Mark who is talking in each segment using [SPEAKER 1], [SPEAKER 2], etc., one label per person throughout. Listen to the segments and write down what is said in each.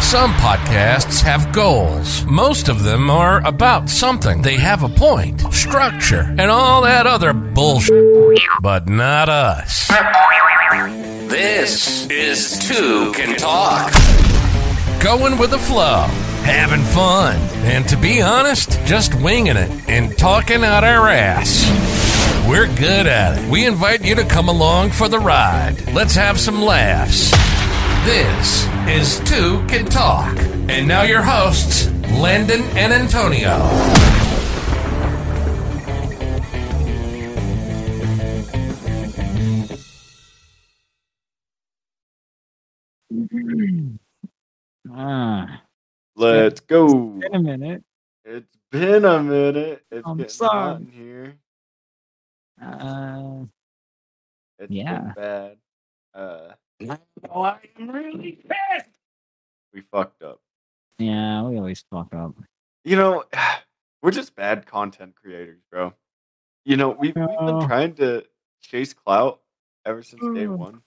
[SPEAKER 1] Some podcasts have goals. Most of them are about something. They have a point, structure, and all that other bullshit. But not us. This is Two Can Talk. Going with the flow, having fun, and to be honest, just winging it and talking out our ass. We're good at it. We invite you to come along for the ride. Let's have some laughs. This is Two Can Talk. And now your hosts, Landon and Antonio.
[SPEAKER 2] Ah,
[SPEAKER 3] Let's go.
[SPEAKER 2] in a minute.
[SPEAKER 3] It's been a minute. It's
[SPEAKER 2] I'm
[SPEAKER 3] getting
[SPEAKER 2] sorry.
[SPEAKER 3] hot in here.
[SPEAKER 2] Uh,
[SPEAKER 3] It's
[SPEAKER 2] Yeah.
[SPEAKER 3] been bad. Uh,
[SPEAKER 2] oh, I'm really pissed.
[SPEAKER 3] we fucked up.
[SPEAKER 2] Yeah, we always fuck up.
[SPEAKER 3] You know, we're just bad content creators, bro. You know, we've, we've
[SPEAKER 2] know.
[SPEAKER 3] been trying to chase clout ever since day
[SPEAKER 2] Mm.
[SPEAKER 3] one.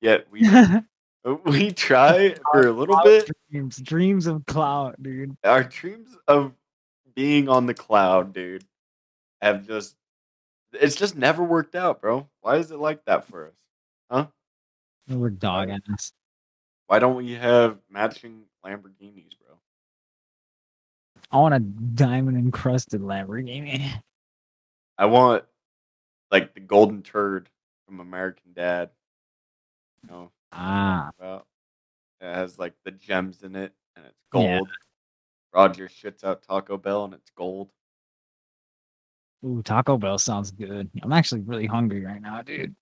[SPEAKER 3] Yet we we try for a little bit.
[SPEAKER 2] dreams, dreams of clout, dude.
[SPEAKER 3] Our dreams of being on the cloud, dude, have just it's just never worked out, bro. Why is it like that for us?
[SPEAKER 2] We're dog ass.
[SPEAKER 3] Why don't we have matching Lamborghinis, bro?
[SPEAKER 2] I want a diamond encrusted Lamborghini.
[SPEAKER 3] I want like the golden turd from American Dad. You know,
[SPEAKER 2] Ah,
[SPEAKER 3] well, it has like the gems in it and it's gold.
[SPEAKER 2] Yeah.
[SPEAKER 3] Roger shits out Taco Bell and it's gold.
[SPEAKER 2] ooh, Taco Bell sounds good. I'm actually really hungry right now, dude.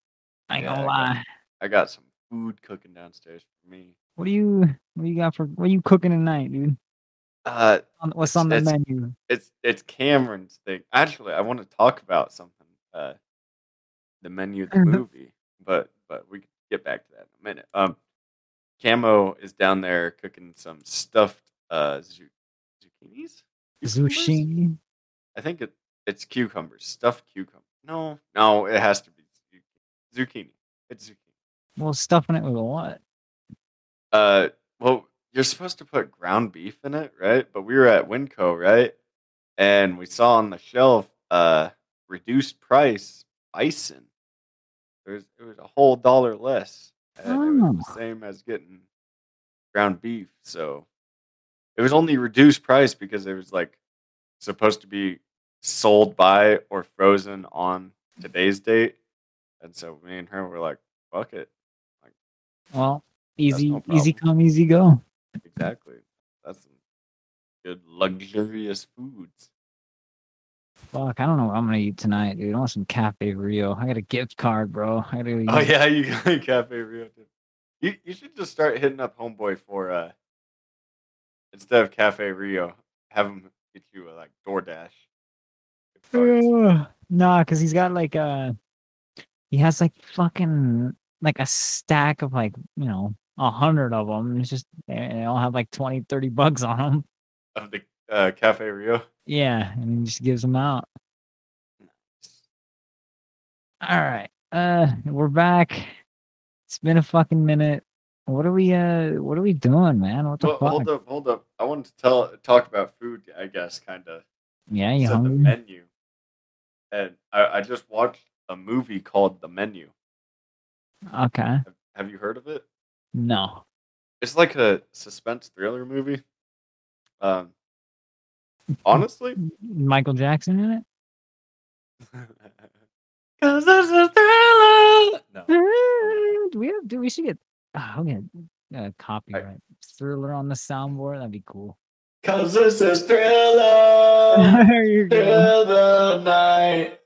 [SPEAKER 2] I ain't gonna
[SPEAKER 3] Yeah, I
[SPEAKER 2] lie.
[SPEAKER 3] I got some food cooking downstairs for me.
[SPEAKER 2] What do you, what do you got for, what you cooking tonight, dude?
[SPEAKER 3] Uh,
[SPEAKER 2] On- What's on the
[SPEAKER 3] It's-
[SPEAKER 2] menu?
[SPEAKER 3] it's it's Cameron's thing. Actually, I want to talk about something. Uh, the menu of the
[SPEAKER 2] Mhm.
[SPEAKER 3] movie, but but we can get back to that in a minute. Um, Camo is down there cooking some stuffed uh zu- zucchinis, Cucumbers?
[SPEAKER 2] Zucchini.
[SPEAKER 3] I think it it's cucumbers, stuffed cucumber. No, no, it has to be zucchini. zucchini. It's zucchini.
[SPEAKER 2] Well, stuffing it with what?
[SPEAKER 3] Uh, well, you're supposed to put ground beef in it, right? But we were at Winco, right? And we saw on the shelf, uh, reduced price bison. It was it was a whole dollar less, and it was the same as getting ground beef. So it was only reduced price because it was like supposed to be sold by or frozen on today's date. And so me and her were like, "Fuck it,
[SPEAKER 2] Well, easy,
[SPEAKER 3] no
[SPEAKER 2] easy
[SPEAKER 3] problem.
[SPEAKER 2] come, easy go.
[SPEAKER 3] Exactly. That's some good luxurious foods.
[SPEAKER 2] Fuck, I don't know what I'm gonna eat tonight, dude. I want some Cafe Rio. I got a gift card, bro. I gotta go
[SPEAKER 3] Oh
[SPEAKER 2] use-
[SPEAKER 3] yeah, you got Cafe Rio too. You you should just start hitting up Homeboy for uh instead of Cafe Rio, have him get you a, like DoorDash. gift cards.
[SPEAKER 2] Ugh. Nah, cause he's got like uh he has like fucking like a stack of like you know a hundred of them. It's just eh, and they all have like 20, 30 bucks on them.
[SPEAKER 3] Of the uh, Cafe Rio.
[SPEAKER 2] Yeah, and he just gives them out. All right, uh, we're back. It's been a fucking minute. What are we uh What are we doing, man? What the
[SPEAKER 3] Well,
[SPEAKER 2] fuck?
[SPEAKER 3] hold up, hold up. I wanted to tell talk about food, I guess, kinda.
[SPEAKER 2] yeah, you
[SPEAKER 3] Said the
[SPEAKER 2] hungry?
[SPEAKER 3] menu. And I, I just watched a movie called The Menu.
[SPEAKER 2] Okay.
[SPEAKER 3] Have, have you heard of it?
[SPEAKER 2] No.
[SPEAKER 3] it's like a suspense thriller movie. Um, Mm. honestly,
[SPEAKER 2] Michael Jackson in it?
[SPEAKER 3] because it's a thriller.
[SPEAKER 2] Uh,
[SPEAKER 3] No,
[SPEAKER 2] Do we have? Do we should get? Oh, I'm gonna uh, copyright thriller on the soundboard. That'd be cool.
[SPEAKER 3] because this is thriller.
[SPEAKER 2] there you go,
[SPEAKER 3] Thriller night.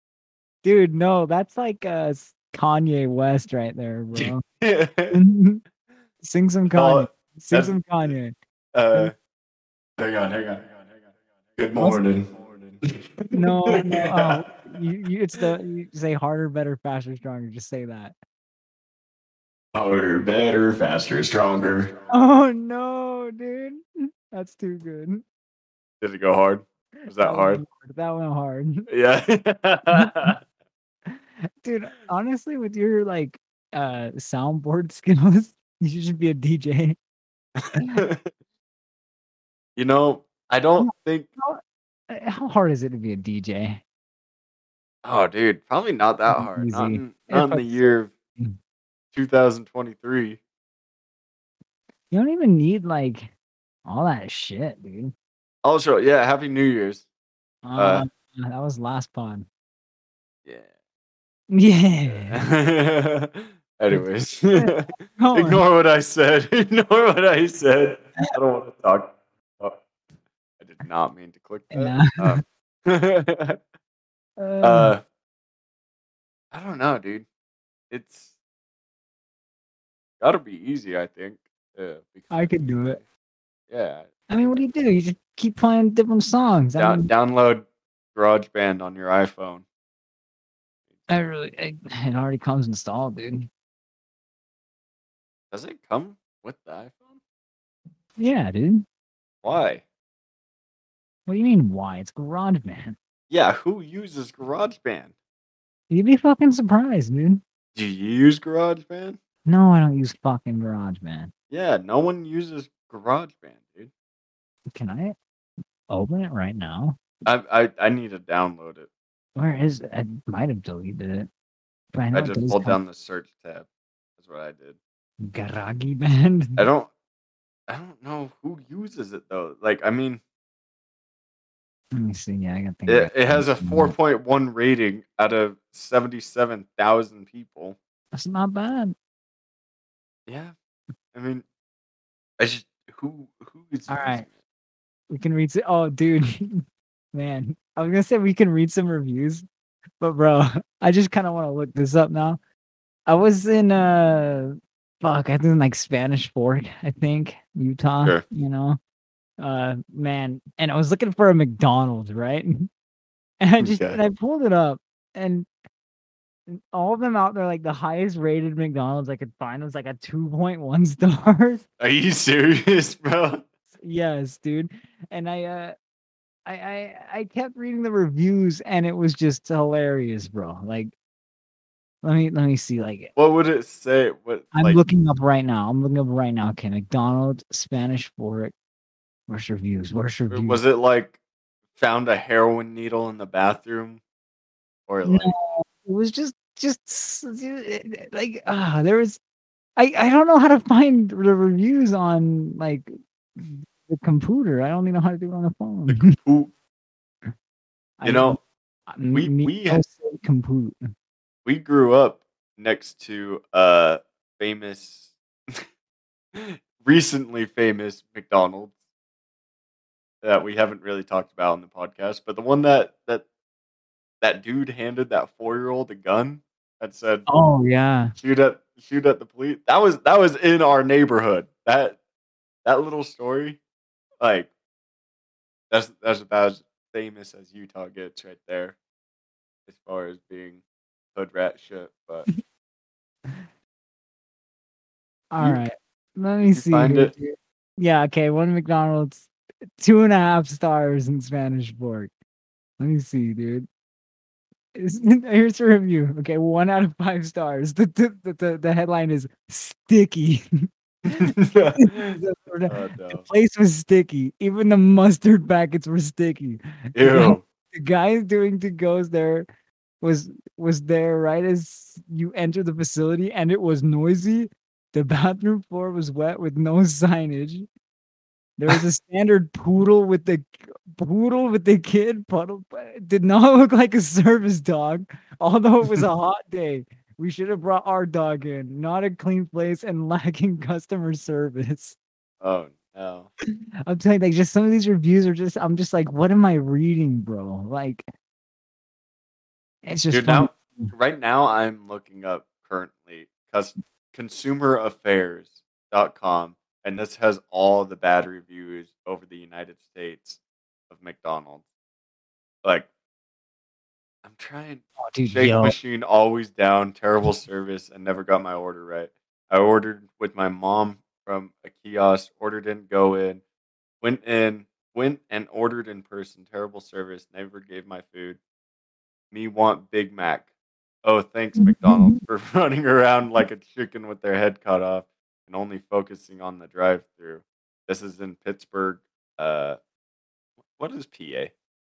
[SPEAKER 2] dude. No, that's like uh, s- Kanye West right there, bro. Mm, Sing some
[SPEAKER 3] Call
[SPEAKER 2] Kanye.
[SPEAKER 3] it,
[SPEAKER 2] Sing
[SPEAKER 3] that's-
[SPEAKER 2] some Kanye.
[SPEAKER 3] uh, hang on, hang on, hang on, hang on. Good morning.
[SPEAKER 2] No, no. uh, you, you, it's the you say harder, better, faster, stronger. Just say that.
[SPEAKER 3] Harder, better, faster, stronger.
[SPEAKER 2] Oh no, dude. That's too good.
[SPEAKER 3] Did it go hard? Was that hard?
[SPEAKER 2] went That went hard. mm,
[SPEAKER 3] Yeah.
[SPEAKER 2] dude honestly with your like uh soundboard skills you should be a dj
[SPEAKER 3] you know, I don't think.
[SPEAKER 2] Uh, How hard is it to be a DJ?
[SPEAKER 3] Oh, dude, probably not that
[SPEAKER 2] Easy.
[SPEAKER 3] hard. Not in,
[SPEAKER 2] Yeah,
[SPEAKER 3] not in the
[SPEAKER 2] probably-
[SPEAKER 3] year of
[SPEAKER 2] Mm.
[SPEAKER 3] 2023.
[SPEAKER 2] You don't even need like all that shit, dude.
[SPEAKER 3] Also, Oh, yeah, Happy New Year's.
[SPEAKER 2] Uh, that was last pod.
[SPEAKER 3] Yeah.
[SPEAKER 2] Yeah.
[SPEAKER 3] Yeah. Anyways,
[SPEAKER 2] Go on.
[SPEAKER 3] ignore what I said. Ignore what I said. I don't want to talk. Oh, I did not mean to click that. Oh.
[SPEAKER 2] Uh,
[SPEAKER 3] uh, I don't know, dude. It's got to be easy, I think. Yeah, because,
[SPEAKER 2] I could do it.
[SPEAKER 3] yeah.
[SPEAKER 2] I mean, what do you do? You just keep playing different songs. I,
[SPEAKER 3] Down,
[SPEAKER 2] mean,
[SPEAKER 3] download GarageBand on your iPhone.
[SPEAKER 2] I really, it, it already comes installed, dude.
[SPEAKER 3] Does it come with the iPhone?
[SPEAKER 2] Yeah, dude.
[SPEAKER 3] Why?
[SPEAKER 2] What do you mean? Why? It's GarageBand.
[SPEAKER 3] Yeah, who uses GarageBand?
[SPEAKER 2] You'd be fucking surprised, dude.
[SPEAKER 3] Do you use GarageBand?
[SPEAKER 2] No, I don't use fucking GarageBand.
[SPEAKER 3] Yeah, no one uses GarageBand, dude.
[SPEAKER 2] Can I open it right now?
[SPEAKER 3] I I, I need to download it.
[SPEAKER 2] Where is it? I might have deleted it. But I, know
[SPEAKER 3] I
[SPEAKER 2] it
[SPEAKER 3] just
[SPEAKER 2] does
[SPEAKER 3] pulled
[SPEAKER 2] have
[SPEAKER 3] down the search tab. That's what I did.
[SPEAKER 2] GarageBand.
[SPEAKER 3] I don't I don't know who uses it though. Like I mean,
[SPEAKER 2] Let me see. Yeah, mm-hmm. I got things.
[SPEAKER 3] it, it has a 4.1 rating out of 77,000 people.
[SPEAKER 2] That's not bad.
[SPEAKER 3] Yeah. I mean, I just who who is
[SPEAKER 2] All right.
[SPEAKER 3] using it?
[SPEAKER 2] We can read. Some, oh, dude, man, I was gonna say we can read some reviews, but bro, I just kind of want to look this up now. I was in uh, fuck, I was in like Spanish Fork, I think Utah.
[SPEAKER 3] Sure.
[SPEAKER 2] You know, uh, man, and I was looking for a McDonald's, right? And I just
[SPEAKER 3] Okay.
[SPEAKER 2] and I pulled it up, and all of them out there, like the highest rated McDonald's I could find was like a two point one stars.
[SPEAKER 3] Are you serious, bro?
[SPEAKER 2] Yes, dude. And I uh I, I I kept reading the reviews and it was just hilarious, bro. Like let me let me see like
[SPEAKER 3] What would it say? What
[SPEAKER 2] I'm
[SPEAKER 3] like
[SPEAKER 2] looking up right now. I'm looking up right now. Okay, McDonald's Spanish Fork. Worst reviews. Worst reviews.
[SPEAKER 3] was it like found a heroin needle in the bathroom or like
[SPEAKER 2] it was just just s- it- like ah there was i i don't know how to find the reviews on like the computer i don't even know how to do it on the phone
[SPEAKER 3] who
[SPEAKER 2] I
[SPEAKER 3] you know
[SPEAKER 2] m-
[SPEAKER 3] we-
[SPEAKER 2] me-
[SPEAKER 3] we Oh,
[SPEAKER 2] I
[SPEAKER 3] ha-
[SPEAKER 2] said compute
[SPEAKER 3] we grew up next to a famous recently famous mcdonald's that we haven't really talked about on the podcast but the one that that that dude handed that four-year-old a gun that said
[SPEAKER 2] oh yeah
[SPEAKER 3] shoot at shoot at the police that was that was in our neighborhood that that little story like that's that's about as famous as utah gets right there as far as being hood rat shit but
[SPEAKER 2] All
[SPEAKER 3] You-
[SPEAKER 2] right, Let me see.
[SPEAKER 3] find
[SPEAKER 2] here,
[SPEAKER 3] it?
[SPEAKER 2] dude. Yeah, okay. One McDonald's, two and a half stars in Spanish Fork. Let me see, dude. Is- Here's a review. Okay, one out of five stars. The the, the, the, the headline is sticky. the
[SPEAKER 3] Oh, no.
[SPEAKER 2] place was sticky. Even the mustard packets were sticky.
[SPEAKER 3] Ew.
[SPEAKER 2] The guy doing to goes there was was there right as you enter the facility and it was noisy. The bathroom floor was wet with no signage. There was a standard poodle with the poodle with the kid puddle it did not look like a service dog, although it was a hot day. We should have brought our dog in. Not a clean place and lacking customer service.
[SPEAKER 3] Oh no.
[SPEAKER 2] I'm telling you, like, just some of these reviews are just, I'm just like, what am I reading, bro? Like, it's just
[SPEAKER 3] Dude,
[SPEAKER 2] funny.
[SPEAKER 3] now right now I'm looking up currently cus- consumeraffairs.com and this has all the bad reviews over the United States of McDonald's. Like I'm trying
[SPEAKER 2] Oh, dude,
[SPEAKER 3] shake
[SPEAKER 2] yo,
[SPEAKER 3] machine always down, terrible service and never got my order right. I ordered with my mom from a kiosk, order didn't go in, went in, went and ordered in person, terrible service, never gave my food. Me want Big Mac. Oh, thanks, McDonald's, for running around like a chicken with their head cut off. and only focusing on the drive-through. This is in Pittsburgh. Uh, what is PA?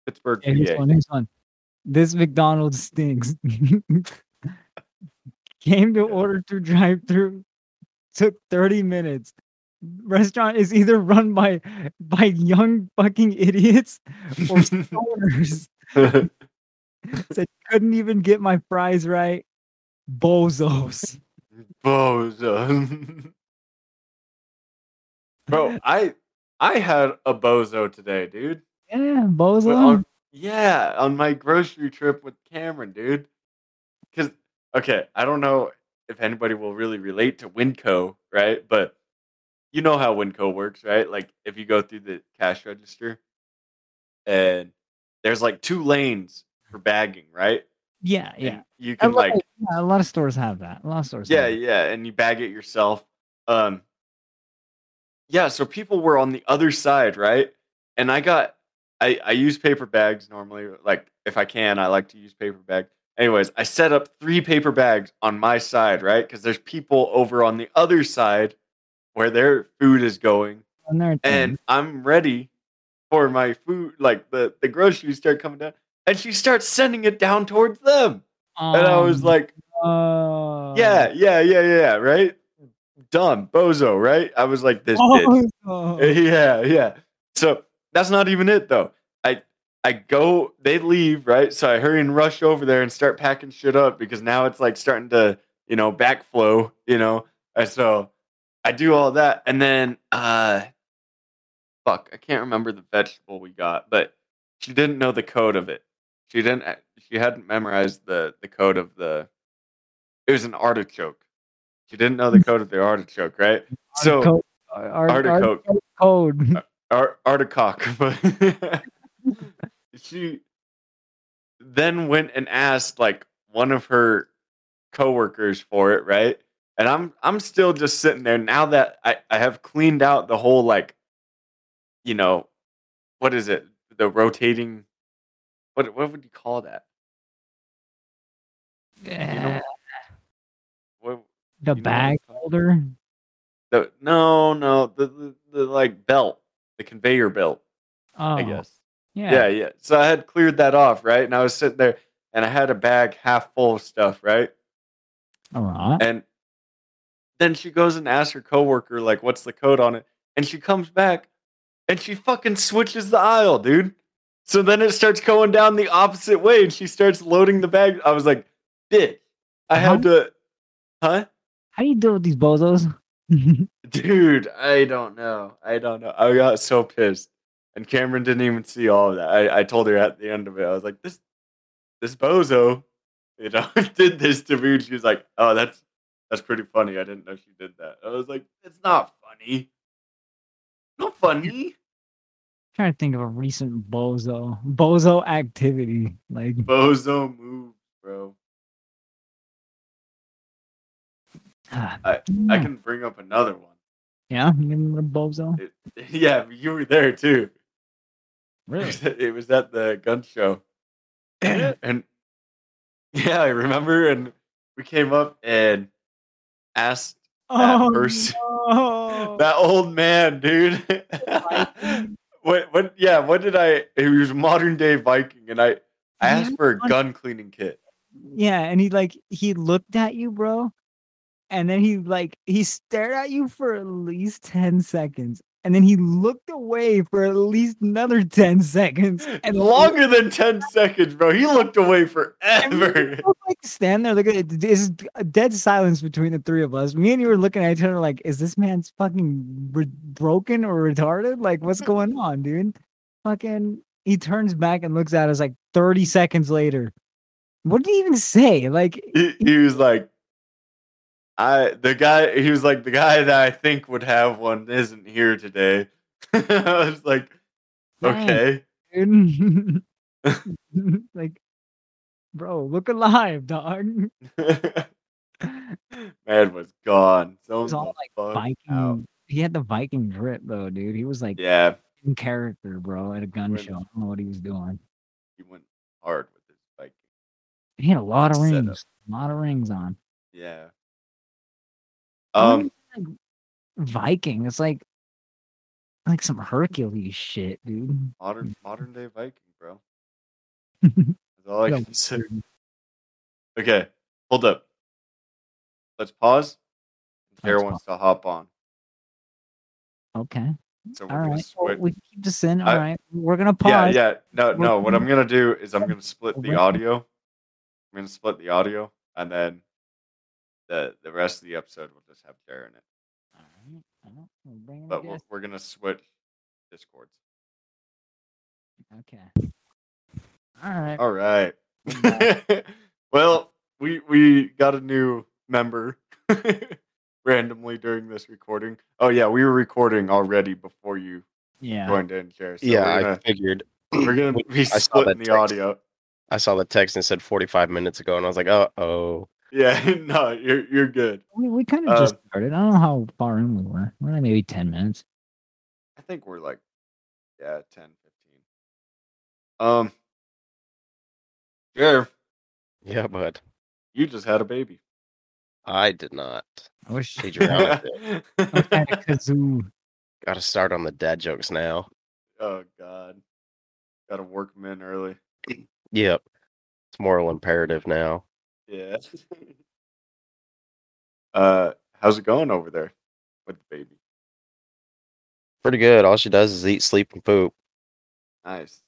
[SPEAKER 3] Pittsburgh,
[SPEAKER 2] Yeah, here's
[SPEAKER 3] PA.
[SPEAKER 2] one. Here's one. This McDonald's stinks. Came to order through drive through. Took 30 minutes. Restaurant is either run by by young fucking idiots or stoners. Couldn't even get my fries right. Bozos.
[SPEAKER 3] bozo. Bro, I I had a bozo today, dude.
[SPEAKER 2] Yeah,
[SPEAKER 3] But
[SPEAKER 2] bozo.
[SPEAKER 3] on- yeah, on my grocery trip with Cameron, dude. Because okay, I don't know if anybody will really relate to Winco, right? But you know how Winco works, right? Like if you go through the cash register, and there's like two lanes for bagging, right?
[SPEAKER 2] Yeah,
[SPEAKER 3] And
[SPEAKER 2] yeah.
[SPEAKER 3] you
[SPEAKER 2] A
[SPEAKER 3] can
[SPEAKER 2] lot,
[SPEAKER 3] like
[SPEAKER 2] Uh, yeah. A lot of stores have that. A lot of stores.
[SPEAKER 3] yeah,
[SPEAKER 2] have that.
[SPEAKER 3] yeah, and you bag it yourself. Um, yeah, so people were on the other side, right? And I got, I I use paper bags normally. Like if I can, I like to use paper bag. Anyways, I set up three paper bags on my side, right? Because there's people over on the other side where their food is going,
[SPEAKER 2] And they're
[SPEAKER 3] and I'm ready for my food. Like the the groceries start coming down, and she starts sending it down towards them, and I was like.
[SPEAKER 2] oh,
[SPEAKER 3] Yeah, yeah, yeah, yeah, right? Dumb, bozo, right? I was like this
[SPEAKER 2] Oh,
[SPEAKER 3] bitch.
[SPEAKER 2] Bozo.
[SPEAKER 3] Yeah, yeah. So that's not even it though. I I go, they leave, right? So I hurry and rush over there and start packing shit up because now it's like starting to, you know, backflow, you know. And so I do all that and then uh fuck, I can't remember the vegetable we got, but she didn't know the code of it. She didn't uh, she hadn't memorized the the code of the it was an artichoke. She didn't know the code of the artichoke, right? So
[SPEAKER 2] Artichoke. Ar- ar-
[SPEAKER 3] Artichoke.
[SPEAKER 2] artichoke code.
[SPEAKER 3] Ar- Articock, but she then went and asked like one of her coworkers for it, right? And I'm I'm still just sitting there now that I, I have cleaned out the whole like you know what is it? The rotating what what would you call that?
[SPEAKER 2] Yeah, the
[SPEAKER 3] What you know what I'm
[SPEAKER 2] bag
[SPEAKER 3] talking-
[SPEAKER 2] holder.
[SPEAKER 3] the, no no the, the the like belt, the conveyor belt,
[SPEAKER 2] Oh,
[SPEAKER 3] I guess.
[SPEAKER 2] Yeah.
[SPEAKER 3] yeah, yeah. So I had cleared that off, right? And I was sitting there and I had a bag half full of stuff, right?
[SPEAKER 2] All right.
[SPEAKER 3] And then she goes and asks her coworker, like, what's the code on it? And she comes back and she fucking switches the aisle, dude. So then it starts going down the opposite way and she starts loading the bag. I was like, bitch, I had to, huh?
[SPEAKER 2] How do you deal with these bozos?
[SPEAKER 3] Dude, I don't know. I don't know. I got so pissed. And Cameron didn't even see all of that. I, I told her at the end of it, I was like, this this bozo, you know, did this to me. And she was like, Oh, that's that's pretty funny. I didn't know she did that. I was like, it's not funny. Not funny.
[SPEAKER 2] trying to think of a recent bozo bozo activity. Like
[SPEAKER 3] Bozo move, bro.
[SPEAKER 2] ah,
[SPEAKER 3] I
[SPEAKER 2] yeah.
[SPEAKER 3] can bring up another one.
[SPEAKER 2] yeah, you give them a bozo.
[SPEAKER 3] It, yeah, you were there too.
[SPEAKER 2] Really?
[SPEAKER 3] it was at the gun show. and yeah, I remember. And we came up and asked That person-
[SPEAKER 2] Oh, no.
[SPEAKER 3] that old man, dude. what? What? Yeah. What did I? He was modern day Viking, and I I asked for a gun cleaning kit.
[SPEAKER 2] Yeah, and he like he looked at you, bro, and then he like he stared at you for at least ten seconds, and then he looked away for at least another ten seconds, and
[SPEAKER 3] Longer than ten seconds, bro. He looked away forever.
[SPEAKER 2] We'll, like stand there, look at it. It's a dead silence between the three of us. Me and you were looking at each other like, is this man's fucking re- broken or retarded? Like, what's going on, dude? Fucking, he turns back and looks at us like thirty seconds later. What did he even say? Like,
[SPEAKER 3] he, he was like, I the guy. He was like the guy that I think would have one isn't here today. I was like,
[SPEAKER 2] Dang.
[SPEAKER 3] okay.
[SPEAKER 2] dude. like, bro, look alive, dog.
[SPEAKER 3] Man was gone. So
[SPEAKER 2] was all, Viking. He had the Viking drip though, dude. He was like
[SPEAKER 3] Yeah,
[SPEAKER 2] in character, bro, at a gun
[SPEAKER 3] Right.
[SPEAKER 2] show. I don't know what he was doing.
[SPEAKER 3] he went hard with his Viking.
[SPEAKER 2] He had a lot of
[SPEAKER 3] Setup.
[SPEAKER 2] rings, a lot of rings on.
[SPEAKER 3] Yeah.
[SPEAKER 2] I
[SPEAKER 3] Um.
[SPEAKER 2] wonder if, like, Viking. It's like like some Hercules shit, dude.
[SPEAKER 3] Modern modern day Viking, bro. That's all I
[SPEAKER 2] No.
[SPEAKER 3] can say. Okay, hold up. Let's pause. Tara
[SPEAKER 2] Let's
[SPEAKER 3] wants to hop on,
[SPEAKER 2] Okay.
[SPEAKER 3] so we're
[SPEAKER 2] All
[SPEAKER 3] gonna
[SPEAKER 2] right. Well,
[SPEAKER 3] switch.
[SPEAKER 2] we can keep this in.
[SPEAKER 3] I-
[SPEAKER 2] All right. We're gonna pause.
[SPEAKER 3] yeah, yeah. No, no. What I'm gonna do is I'm
[SPEAKER 2] Yeah.
[SPEAKER 3] gonna split the
[SPEAKER 2] Wait.
[SPEAKER 3] audio. I'm gonna split the audio, and then the the rest of the episode will just have Tara in it.
[SPEAKER 2] All right. Well, we'll bring it
[SPEAKER 3] But
[SPEAKER 2] up
[SPEAKER 3] we're,
[SPEAKER 2] Oh, yes.
[SPEAKER 3] we're gonna switch discords.
[SPEAKER 2] Okay. All right.
[SPEAKER 3] All right. well, we we got a new member randomly during this recording. Oh yeah, we were recording already before you
[SPEAKER 2] Yeah.
[SPEAKER 3] joined in, Chair. So
[SPEAKER 4] yeah,
[SPEAKER 3] we're
[SPEAKER 4] I
[SPEAKER 3] gonna,
[SPEAKER 4] figured.
[SPEAKER 3] we're gonna be
[SPEAKER 4] saw
[SPEAKER 3] splitting
[SPEAKER 4] that
[SPEAKER 3] the
[SPEAKER 4] text.
[SPEAKER 3] audio.
[SPEAKER 4] I saw the text and it said 45 minutes ago, and I was like, oh, oh.
[SPEAKER 3] Yeah, no, you're you're good.
[SPEAKER 2] We, we kind of
[SPEAKER 3] Uh,
[SPEAKER 4] Um,
[SPEAKER 2] just started. I don't know how far in we were. We're like maybe ten minutes.
[SPEAKER 3] I think we're like yeah, 10, 15. Um, Chair,
[SPEAKER 4] Yeah, but
[SPEAKER 3] you just had a baby.
[SPEAKER 4] I did not.
[SPEAKER 2] I wish.
[SPEAKER 4] Hey, Gianna,
[SPEAKER 2] I had a kazoo.
[SPEAKER 4] Got to start on the dad jokes now.
[SPEAKER 3] oh God, gotta work men early.
[SPEAKER 4] Yep. It's moral imperative now.
[SPEAKER 3] Yeah. uh, how's it going over there with the baby?
[SPEAKER 4] Pretty good. All she does is eat, sleep, and poop.
[SPEAKER 3] Nice.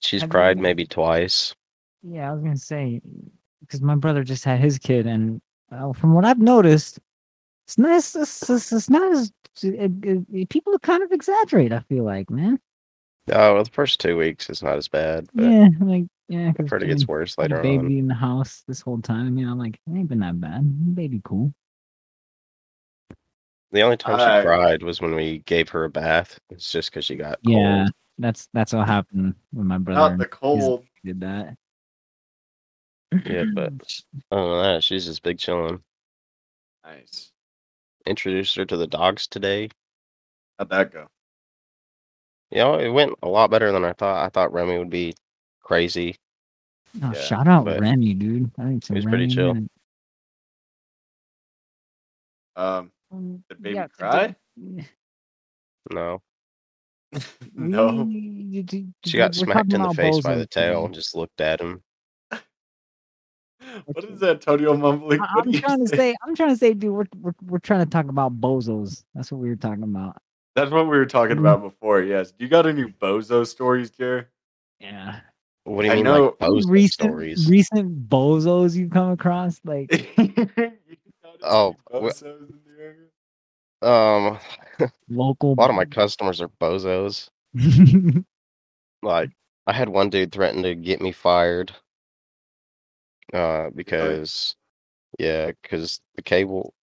[SPEAKER 4] She's
[SPEAKER 2] Have you-
[SPEAKER 4] cried maybe twice.
[SPEAKER 2] Yeah, I was gonna say because my brother just had his kid, and uh, from what I've noticed, it's not. It's, it's, it's, it's not as it, it- it- people kind of exaggerate. I feel like, man.
[SPEAKER 4] Oh, well, the first two weeks is not as bad, but
[SPEAKER 2] Yeah, like yeah. 'cause
[SPEAKER 4] pretty
[SPEAKER 2] it's
[SPEAKER 4] gets
[SPEAKER 2] been
[SPEAKER 4] worse
[SPEAKER 2] a
[SPEAKER 4] later on.
[SPEAKER 2] baby in the house this whole time. You know, like it ain't been that bad. Baby, cool.
[SPEAKER 4] The only time she
[SPEAKER 3] I-
[SPEAKER 4] cried was when we gave her a bath. It's just because she got
[SPEAKER 2] Yeah,
[SPEAKER 4] cold.
[SPEAKER 2] that's that's what happened when my brother
[SPEAKER 3] Not the cold.
[SPEAKER 2] did that.
[SPEAKER 4] Yeah, but- Other than that, she's just big chilling.
[SPEAKER 3] Nice.
[SPEAKER 4] Introduced her to the dogs today.
[SPEAKER 3] How'd that go?
[SPEAKER 4] You know, it went a lot better than I thought. I thought Remy would be crazy.
[SPEAKER 2] Oh,
[SPEAKER 3] Yeah,
[SPEAKER 2] shout out
[SPEAKER 4] but
[SPEAKER 2] Remy, dude. I think
[SPEAKER 4] he was pretty chill.
[SPEAKER 3] Um, did baby cry?
[SPEAKER 4] No,
[SPEAKER 3] no.
[SPEAKER 4] she got smacked in the face by the tail and just looked at him.
[SPEAKER 3] What is Antonio mumbling? What
[SPEAKER 2] I'm
[SPEAKER 3] do you
[SPEAKER 2] trying to
[SPEAKER 3] say?
[SPEAKER 2] say, I'm trying to say, dude, we're, we're we're trying to talk about bozos. That's what we were talking about.
[SPEAKER 3] That's what we were talking
[SPEAKER 2] Mm.
[SPEAKER 4] Mm-hmm.
[SPEAKER 3] about before. Yes. Do you got any bozo stories, Jer?
[SPEAKER 2] Yeah.
[SPEAKER 4] What do you
[SPEAKER 3] I
[SPEAKER 4] mean,
[SPEAKER 3] know-
[SPEAKER 4] like those
[SPEAKER 2] recent
[SPEAKER 4] stories?
[SPEAKER 2] recent bozos you've come across, like
[SPEAKER 3] You got any
[SPEAKER 4] Oh, wh-
[SPEAKER 3] bozos in the area?
[SPEAKER 4] um,
[SPEAKER 2] local.
[SPEAKER 4] a lot of my customers are bozos. Like, I had one dude threaten to get me fired. Uh, because, yeah, because the cable.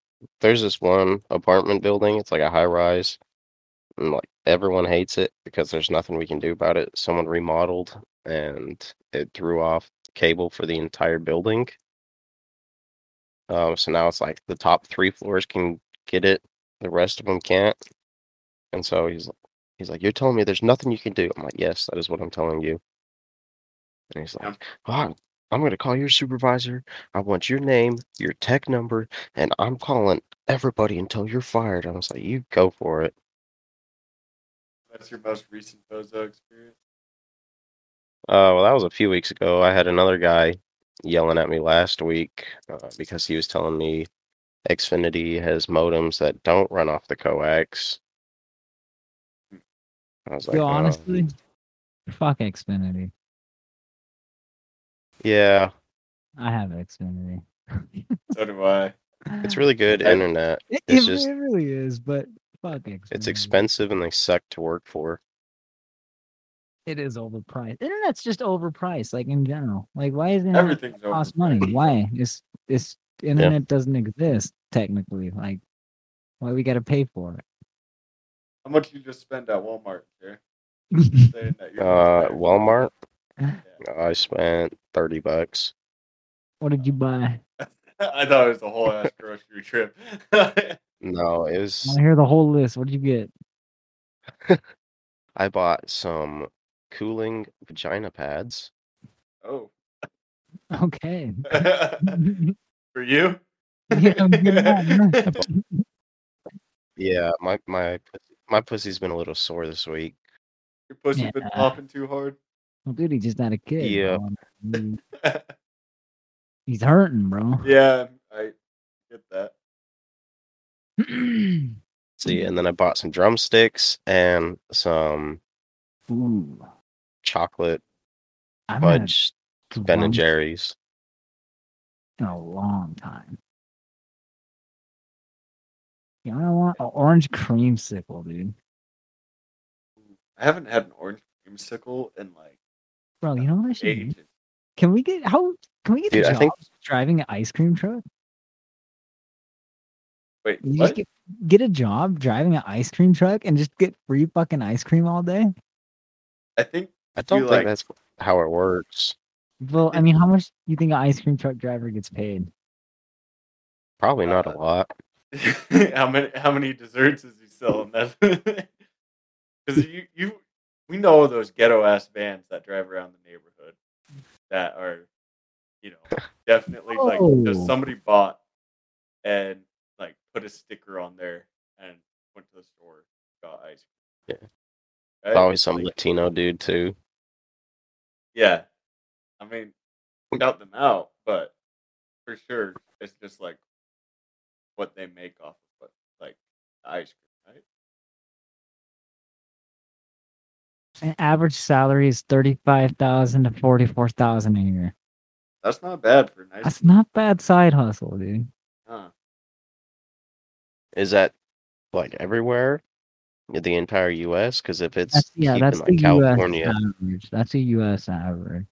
[SPEAKER 4] There's this one apartment building. It's like a high rise, and like everyone hates it because there's nothing we can do about it. Someone remodeled, and it threw off cable for the entire building. Um, so now it's like the top three floors can get it, the rest of them can't. And so he's He's like, You're telling me there's nothing you can do. I'm like, Yes, that is what I'm telling you. And he's
[SPEAKER 3] Yeah.
[SPEAKER 4] like, "Ah, I'm going to call your supervisor. I want your name, your tech number, and I'm calling everybody until you're fired. I was like, You go for it.
[SPEAKER 3] That's your most recent bozo experience.
[SPEAKER 4] Uh, well, that was a few weeks ago. I had another guy yelling at me last week uh, because he was telling me Xfinity has modems that don't run off the coax. I was like,
[SPEAKER 2] Yo,
[SPEAKER 4] "Oh,
[SPEAKER 2] honestly, fuck Xfinity.
[SPEAKER 4] yeah,
[SPEAKER 2] I have Xfinity.
[SPEAKER 3] So do I.
[SPEAKER 4] it's really good
[SPEAKER 3] I-
[SPEAKER 4] internet.
[SPEAKER 2] It,
[SPEAKER 4] It's
[SPEAKER 2] it-
[SPEAKER 4] just-
[SPEAKER 2] it really is, but fuck Xfinity.
[SPEAKER 3] Mm-hmm.
[SPEAKER 4] It's expensive and they suck to work for.
[SPEAKER 2] It is overpriced. Internet's just overpriced, like in general. Like, why is internet
[SPEAKER 3] Everything's over.
[SPEAKER 2] cost money? Why is this internet doesn't exist technically? Like, why we got to pay for
[SPEAKER 3] How much you just spend at Walmart, Jer?
[SPEAKER 2] it?
[SPEAKER 3] Saying that you're
[SPEAKER 4] Uh, Walmart,
[SPEAKER 2] Yeah.
[SPEAKER 4] I spent thirty bucks.
[SPEAKER 2] what did you buy?
[SPEAKER 3] I thought it was a whole ass grocery trip.
[SPEAKER 4] No, it
[SPEAKER 2] I
[SPEAKER 4] was
[SPEAKER 2] want to hear the whole list. What did you get?
[SPEAKER 4] I bought some cooling vagina pads.
[SPEAKER 3] oh.
[SPEAKER 2] Okay.
[SPEAKER 3] For you?
[SPEAKER 2] Yeah, I'm good at that.
[SPEAKER 4] Yeah, my my my pussy's been a little sore this week.
[SPEAKER 3] Your pussy
[SPEAKER 2] Yeah.
[SPEAKER 3] been popping too hard.
[SPEAKER 2] Well, dude, he's just not a kid.
[SPEAKER 4] Yeah.
[SPEAKER 2] bro. I mean, He's hurting, bro.
[SPEAKER 3] yeah, I get that.
[SPEAKER 4] See,
[SPEAKER 3] Mm-hmm.
[SPEAKER 4] and then I bought some drumsticks and some
[SPEAKER 2] Ooh,
[SPEAKER 4] chocolate
[SPEAKER 3] Ah,
[SPEAKER 2] I'm gonna
[SPEAKER 4] fudge Ben and
[SPEAKER 2] drum
[SPEAKER 4] Jerry's.
[SPEAKER 2] in a long time. You know what I want? An orange creamsicle, dude.
[SPEAKER 3] I haven't had an orange creamsicle in like
[SPEAKER 2] Bro, you know what I should do?
[SPEAKER 3] ages.
[SPEAKER 2] Can we get how can we get
[SPEAKER 4] Dude,
[SPEAKER 2] the
[SPEAKER 4] I
[SPEAKER 2] job
[SPEAKER 4] think-
[SPEAKER 2] driving an ice cream truck?
[SPEAKER 3] Wait,
[SPEAKER 2] You
[SPEAKER 3] what?
[SPEAKER 2] just get, get a job driving an ice cream truck and just get free fucking ice cream all day?
[SPEAKER 3] I think
[SPEAKER 4] I don't think
[SPEAKER 3] like-
[SPEAKER 4] that's how it works.
[SPEAKER 2] Well, I mean, how much do you think an ice cream truck driver gets paid?
[SPEAKER 4] Probably not
[SPEAKER 3] Uh,
[SPEAKER 4] a lot.
[SPEAKER 3] how many how many desserts is he selling? That's because you you we know those ghetto ass vans that drive around the neighborhood that are you know definitely like
[SPEAKER 2] Oh.
[SPEAKER 3] just somebody bought and like put a sticker on there and went to the store got ice cream. Right?
[SPEAKER 4] It's always some
[SPEAKER 3] Like,
[SPEAKER 4] Latino dude too.
[SPEAKER 3] yeah, I mean, doubt them out, but for sure it's just like what they make off of like ice cream, right?
[SPEAKER 2] An average salary is thirty-five thousand to forty-four thousand a year.
[SPEAKER 3] That's not bad for nice.
[SPEAKER 2] That's not bad side hustle, dude.
[SPEAKER 3] Huh.
[SPEAKER 4] Is that like everywhere? In The entire U.S. Because if it's
[SPEAKER 2] That's yeah,
[SPEAKER 4] keeping,
[SPEAKER 2] that's
[SPEAKER 4] like
[SPEAKER 2] the
[SPEAKER 4] California,
[SPEAKER 2] U.S. average. That's a U.S. average.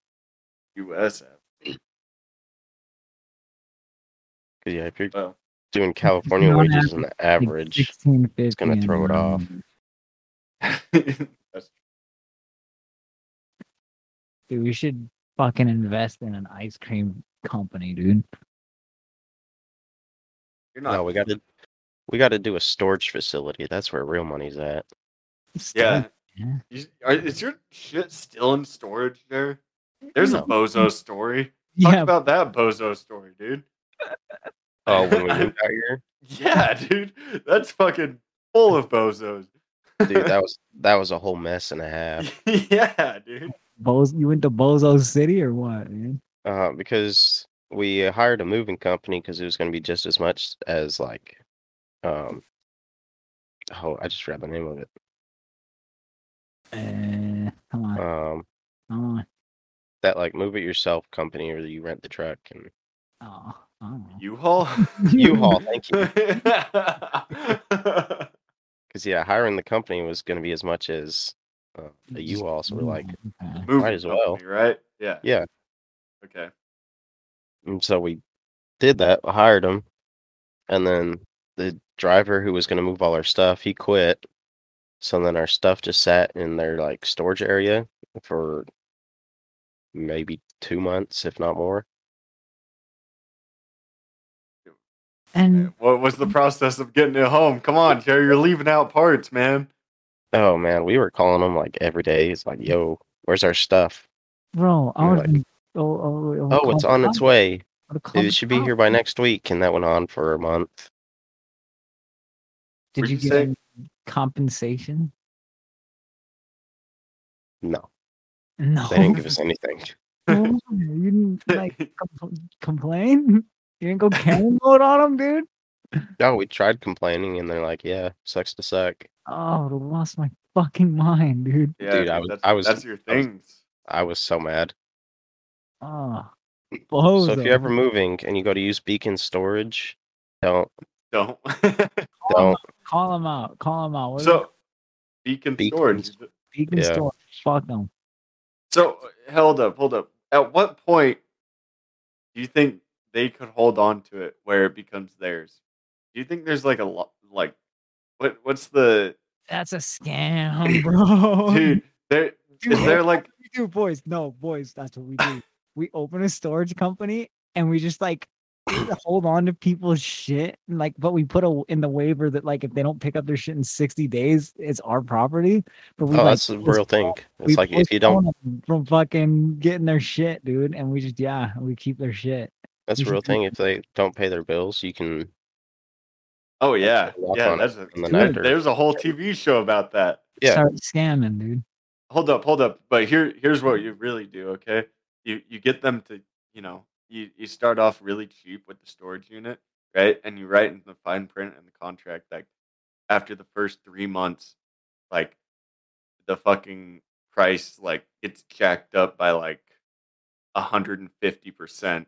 [SPEAKER 3] U.S. app.
[SPEAKER 4] 'cause, yeah, if you're
[SPEAKER 3] Well,
[SPEAKER 4] doing California
[SPEAKER 2] on
[SPEAKER 4] wages on average,
[SPEAKER 2] sixteen fifty. It's
[SPEAKER 4] gonna throw it off.
[SPEAKER 3] that's
[SPEAKER 2] Dude, we should fucking invest in an ice cream company, dude.
[SPEAKER 3] you're not.
[SPEAKER 4] no, we got to we got to do a storage facility. That's where real money's at.
[SPEAKER 3] Yeah.
[SPEAKER 2] Yeah.
[SPEAKER 3] You- are- is your shit still in storage there? There's a
[SPEAKER 4] No.
[SPEAKER 3] bozo story. Talk
[SPEAKER 2] yeah,
[SPEAKER 3] about that bozo story, dude.
[SPEAKER 4] Oh, when we moved out here,
[SPEAKER 3] Yeah, dude. That's fucking full of bozos.
[SPEAKER 4] dude, that was that was a whole mess and a half.
[SPEAKER 3] yeah, dude.
[SPEAKER 2] Bozo, you went to Bozo City or what, man?
[SPEAKER 4] Uh, because we hired a moving company because it was going to be just as much as like, um, oh, I just forgot the name of it.
[SPEAKER 2] Uh, come on,
[SPEAKER 4] Um,
[SPEAKER 2] come on.
[SPEAKER 4] that like move it yourself company or you rent the truck and
[SPEAKER 2] Oh, I don't know.
[SPEAKER 3] U-Haul.
[SPEAKER 4] U-Haul. Thank you.
[SPEAKER 3] yeah,
[SPEAKER 4] Because yeah, hiring the company was going to be as much as uh, a
[SPEAKER 2] Just- Mm-hmm.
[SPEAKER 4] U-Haul. So we're like,
[SPEAKER 2] Okay.
[SPEAKER 3] Movie
[SPEAKER 4] as well.
[SPEAKER 3] company, right? Yeah.
[SPEAKER 4] Yeah.
[SPEAKER 3] Okay.
[SPEAKER 4] and so we did that. Hired him, and then the driver who was going to move all our stuff, he quit. So then our stuff just sat in their like storage area for maybe two months, if not more.
[SPEAKER 2] And
[SPEAKER 3] What was the process of getting it home? Come on, Jerry, you're leaving out parts, man.
[SPEAKER 4] Oh man, we were calling him like every day. It's like, "Yo, where's our stuff?
[SPEAKER 2] bro, I
[SPEAKER 4] You're
[SPEAKER 2] was
[SPEAKER 4] like,
[SPEAKER 2] gonna- oh, oh, oh,
[SPEAKER 4] Oh,
[SPEAKER 2] call
[SPEAKER 4] it's
[SPEAKER 2] the
[SPEAKER 4] on its
[SPEAKER 2] cops.
[SPEAKER 4] way.
[SPEAKER 2] I would've called the
[SPEAKER 4] It should be here
[SPEAKER 2] cops.
[SPEAKER 4] by next week." And that went on for a month.
[SPEAKER 2] Did
[SPEAKER 3] What'd
[SPEAKER 2] you
[SPEAKER 3] you
[SPEAKER 2] get
[SPEAKER 3] say?
[SPEAKER 2] any compensation?
[SPEAKER 4] No,
[SPEAKER 2] No,
[SPEAKER 4] they didn't give us anything.
[SPEAKER 2] no, you didn't like compl- complain. You didn't go camera mode on him, dude.
[SPEAKER 4] No, we tried complaining, and they're like, "Yeah, sucks to suck."
[SPEAKER 2] Oh, I would've lost my fucking mind, dude.
[SPEAKER 3] Yeah,
[SPEAKER 4] Dude, I was-
[SPEAKER 3] that's,
[SPEAKER 4] I was-
[SPEAKER 3] that's your
[SPEAKER 4] I was-
[SPEAKER 3] things.
[SPEAKER 4] I was so mad.
[SPEAKER 2] Oh,
[SPEAKER 4] Ah. So if
[SPEAKER 2] bozo.
[SPEAKER 4] you're ever moving and you go to use Beacon storage, don't
[SPEAKER 3] Don't.
[SPEAKER 2] Call him
[SPEAKER 4] don't
[SPEAKER 2] out, call him out. Call him out. What
[SPEAKER 3] so, beacon
[SPEAKER 4] Beacon
[SPEAKER 3] storage.
[SPEAKER 4] s-
[SPEAKER 2] Beacon
[SPEAKER 4] yeah.
[SPEAKER 2] store. Fuck them.
[SPEAKER 3] So, hold up, hold up. At what point do you think they could hold on to it where it becomes theirs? Do you think there's like a lot, like, what? What's the
[SPEAKER 2] That's a scam, bro.
[SPEAKER 3] dude? There is there like
[SPEAKER 2] we do, boys. No, boys, that's what we do. we open a storage company and we just like hold on to people's shit. And like, but we put a, in the waiver that like if they don't pick up their shit in 60 days, it's our property. But we
[SPEAKER 4] Oh,
[SPEAKER 2] like,
[SPEAKER 4] that's a real thing.
[SPEAKER 2] we
[SPEAKER 4] It's like if you don't
[SPEAKER 2] postpone 'em from fucking getting their shit, dude, and we just yeah, we keep their shit.
[SPEAKER 4] That's a
[SPEAKER 2] You
[SPEAKER 4] real
[SPEAKER 2] should-
[SPEAKER 4] thing. If they don't pay their bills, you can.
[SPEAKER 3] Oh yeah,
[SPEAKER 4] Walk
[SPEAKER 3] yeah.
[SPEAKER 4] on
[SPEAKER 3] That's a,
[SPEAKER 4] in the
[SPEAKER 3] dude,
[SPEAKER 4] night or-
[SPEAKER 3] there's a whole TV show about that.
[SPEAKER 4] Yeah.
[SPEAKER 2] Start scamming, dude.
[SPEAKER 3] Hold up, hold up. But here, here's what you really do. Okay, you you get them to you know you you start off really cheap with the storage unit, right? And you write in the fine print in the contract that after the first three months, like the fucking price like gets jacked up by like hundred and fifty percent.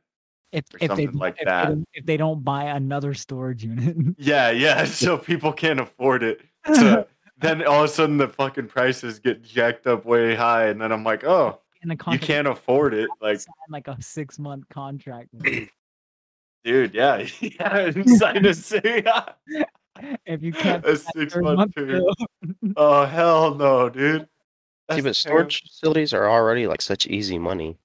[SPEAKER 2] If,
[SPEAKER 3] Or
[SPEAKER 2] if they
[SPEAKER 3] something like
[SPEAKER 2] if they
[SPEAKER 3] that.
[SPEAKER 2] don't- if they don't buy another storage unit,
[SPEAKER 3] Yeah, yeah. So people can't afford it. So then all of a sudden the fucking prices get jacked up way high, and then I'm like, oh,
[SPEAKER 2] in a
[SPEAKER 3] you
[SPEAKER 2] contract,
[SPEAKER 3] can't afford it. Like,
[SPEAKER 2] sign like a six month contract.
[SPEAKER 3] dude, yeah, yeah. Sign a
[SPEAKER 2] if you can't
[SPEAKER 3] a
[SPEAKER 2] pay that
[SPEAKER 3] six
[SPEAKER 2] third
[SPEAKER 3] month
[SPEAKER 2] month
[SPEAKER 3] period.
[SPEAKER 2] bill,
[SPEAKER 3] Oh hell no, dude.
[SPEAKER 4] See, but
[SPEAKER 3] That's
[SPEAKER 4] storage facilities are already like such easy money.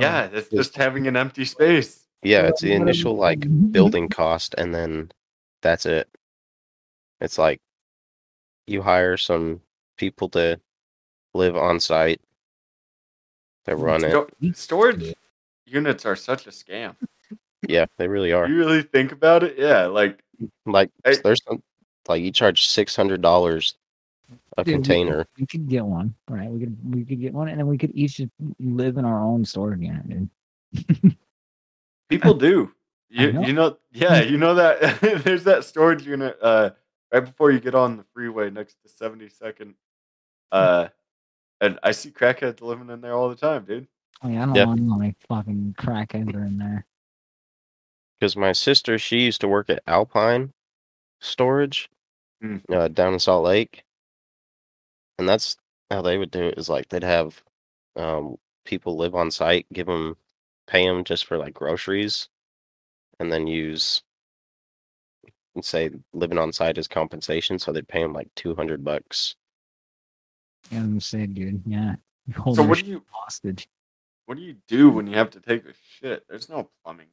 [SPEAKER 2] bro,
[SPEAKER 3] Yeah, it's just having an empty space.
[SPEAKER 4] Yeah, it's
[SPEAKER 2] what
[SPEAKER 4] the
[SPEAKER 2] a-
[SPEAKER 4] initial like building cost, and then that's it. It's like you hire some people to live on site to run it.
[SPEAKER 3] Sto- storage units are such a scam.
[SPEAKER 4] Yeah, they really are.
[SPEAKER 3] You really think about it? Yeah, like
[SPEAKER 4] Like
[SPEAKER 3] Hey.
[SPEAKER 4] there's some, like you charge six hundred dollars a
[SPEAKER 2] Dude, we-
[SPEAKER 4] container.
[SPEAKER 2] We could get one, right? We could we could get one, and then we could each just live in our own storage unit, dude.
[SPEAKER 3] People do.
[SPEAKER 2] I
[SPEAKER 3] You
[SPEAKER 2] know.
[SPEAKER 3] you know yeah you know that there's that storage unit uh right before you get on the freeway next to 72nd uh and I see crackheads living in there all the time dude
[SPEAKER 2] I mean, I don't
[SPEAKER 4] Yeah.
[SPEAKER 2] want any fucking crackheads are in there.
[SPEAKER 4] because my sister she used to work at Alpine Storage
[SPEAKER 3] Hmm.
[SPEAKER 4] uh, down in Salt Lake, and that's how they would do it. Is like they'd have um, people live on site, give them, pay them just for like groceries, and then use and say living on site as compensation. So they'd pay them like two hundred bucks.
[SPEAKER 2] Yeah, I'm saying, dude. Yeah, you hold
[SPEAKER 3] so
[SPEAKER 2] their
[SPEAKER 3] what
[SPEAKER 2] shit
[SPEAKER 3] do you
[SPEAKER 2] hostage.
[SPEAKER 3] what do you do when you have to take a shit there's no plumbing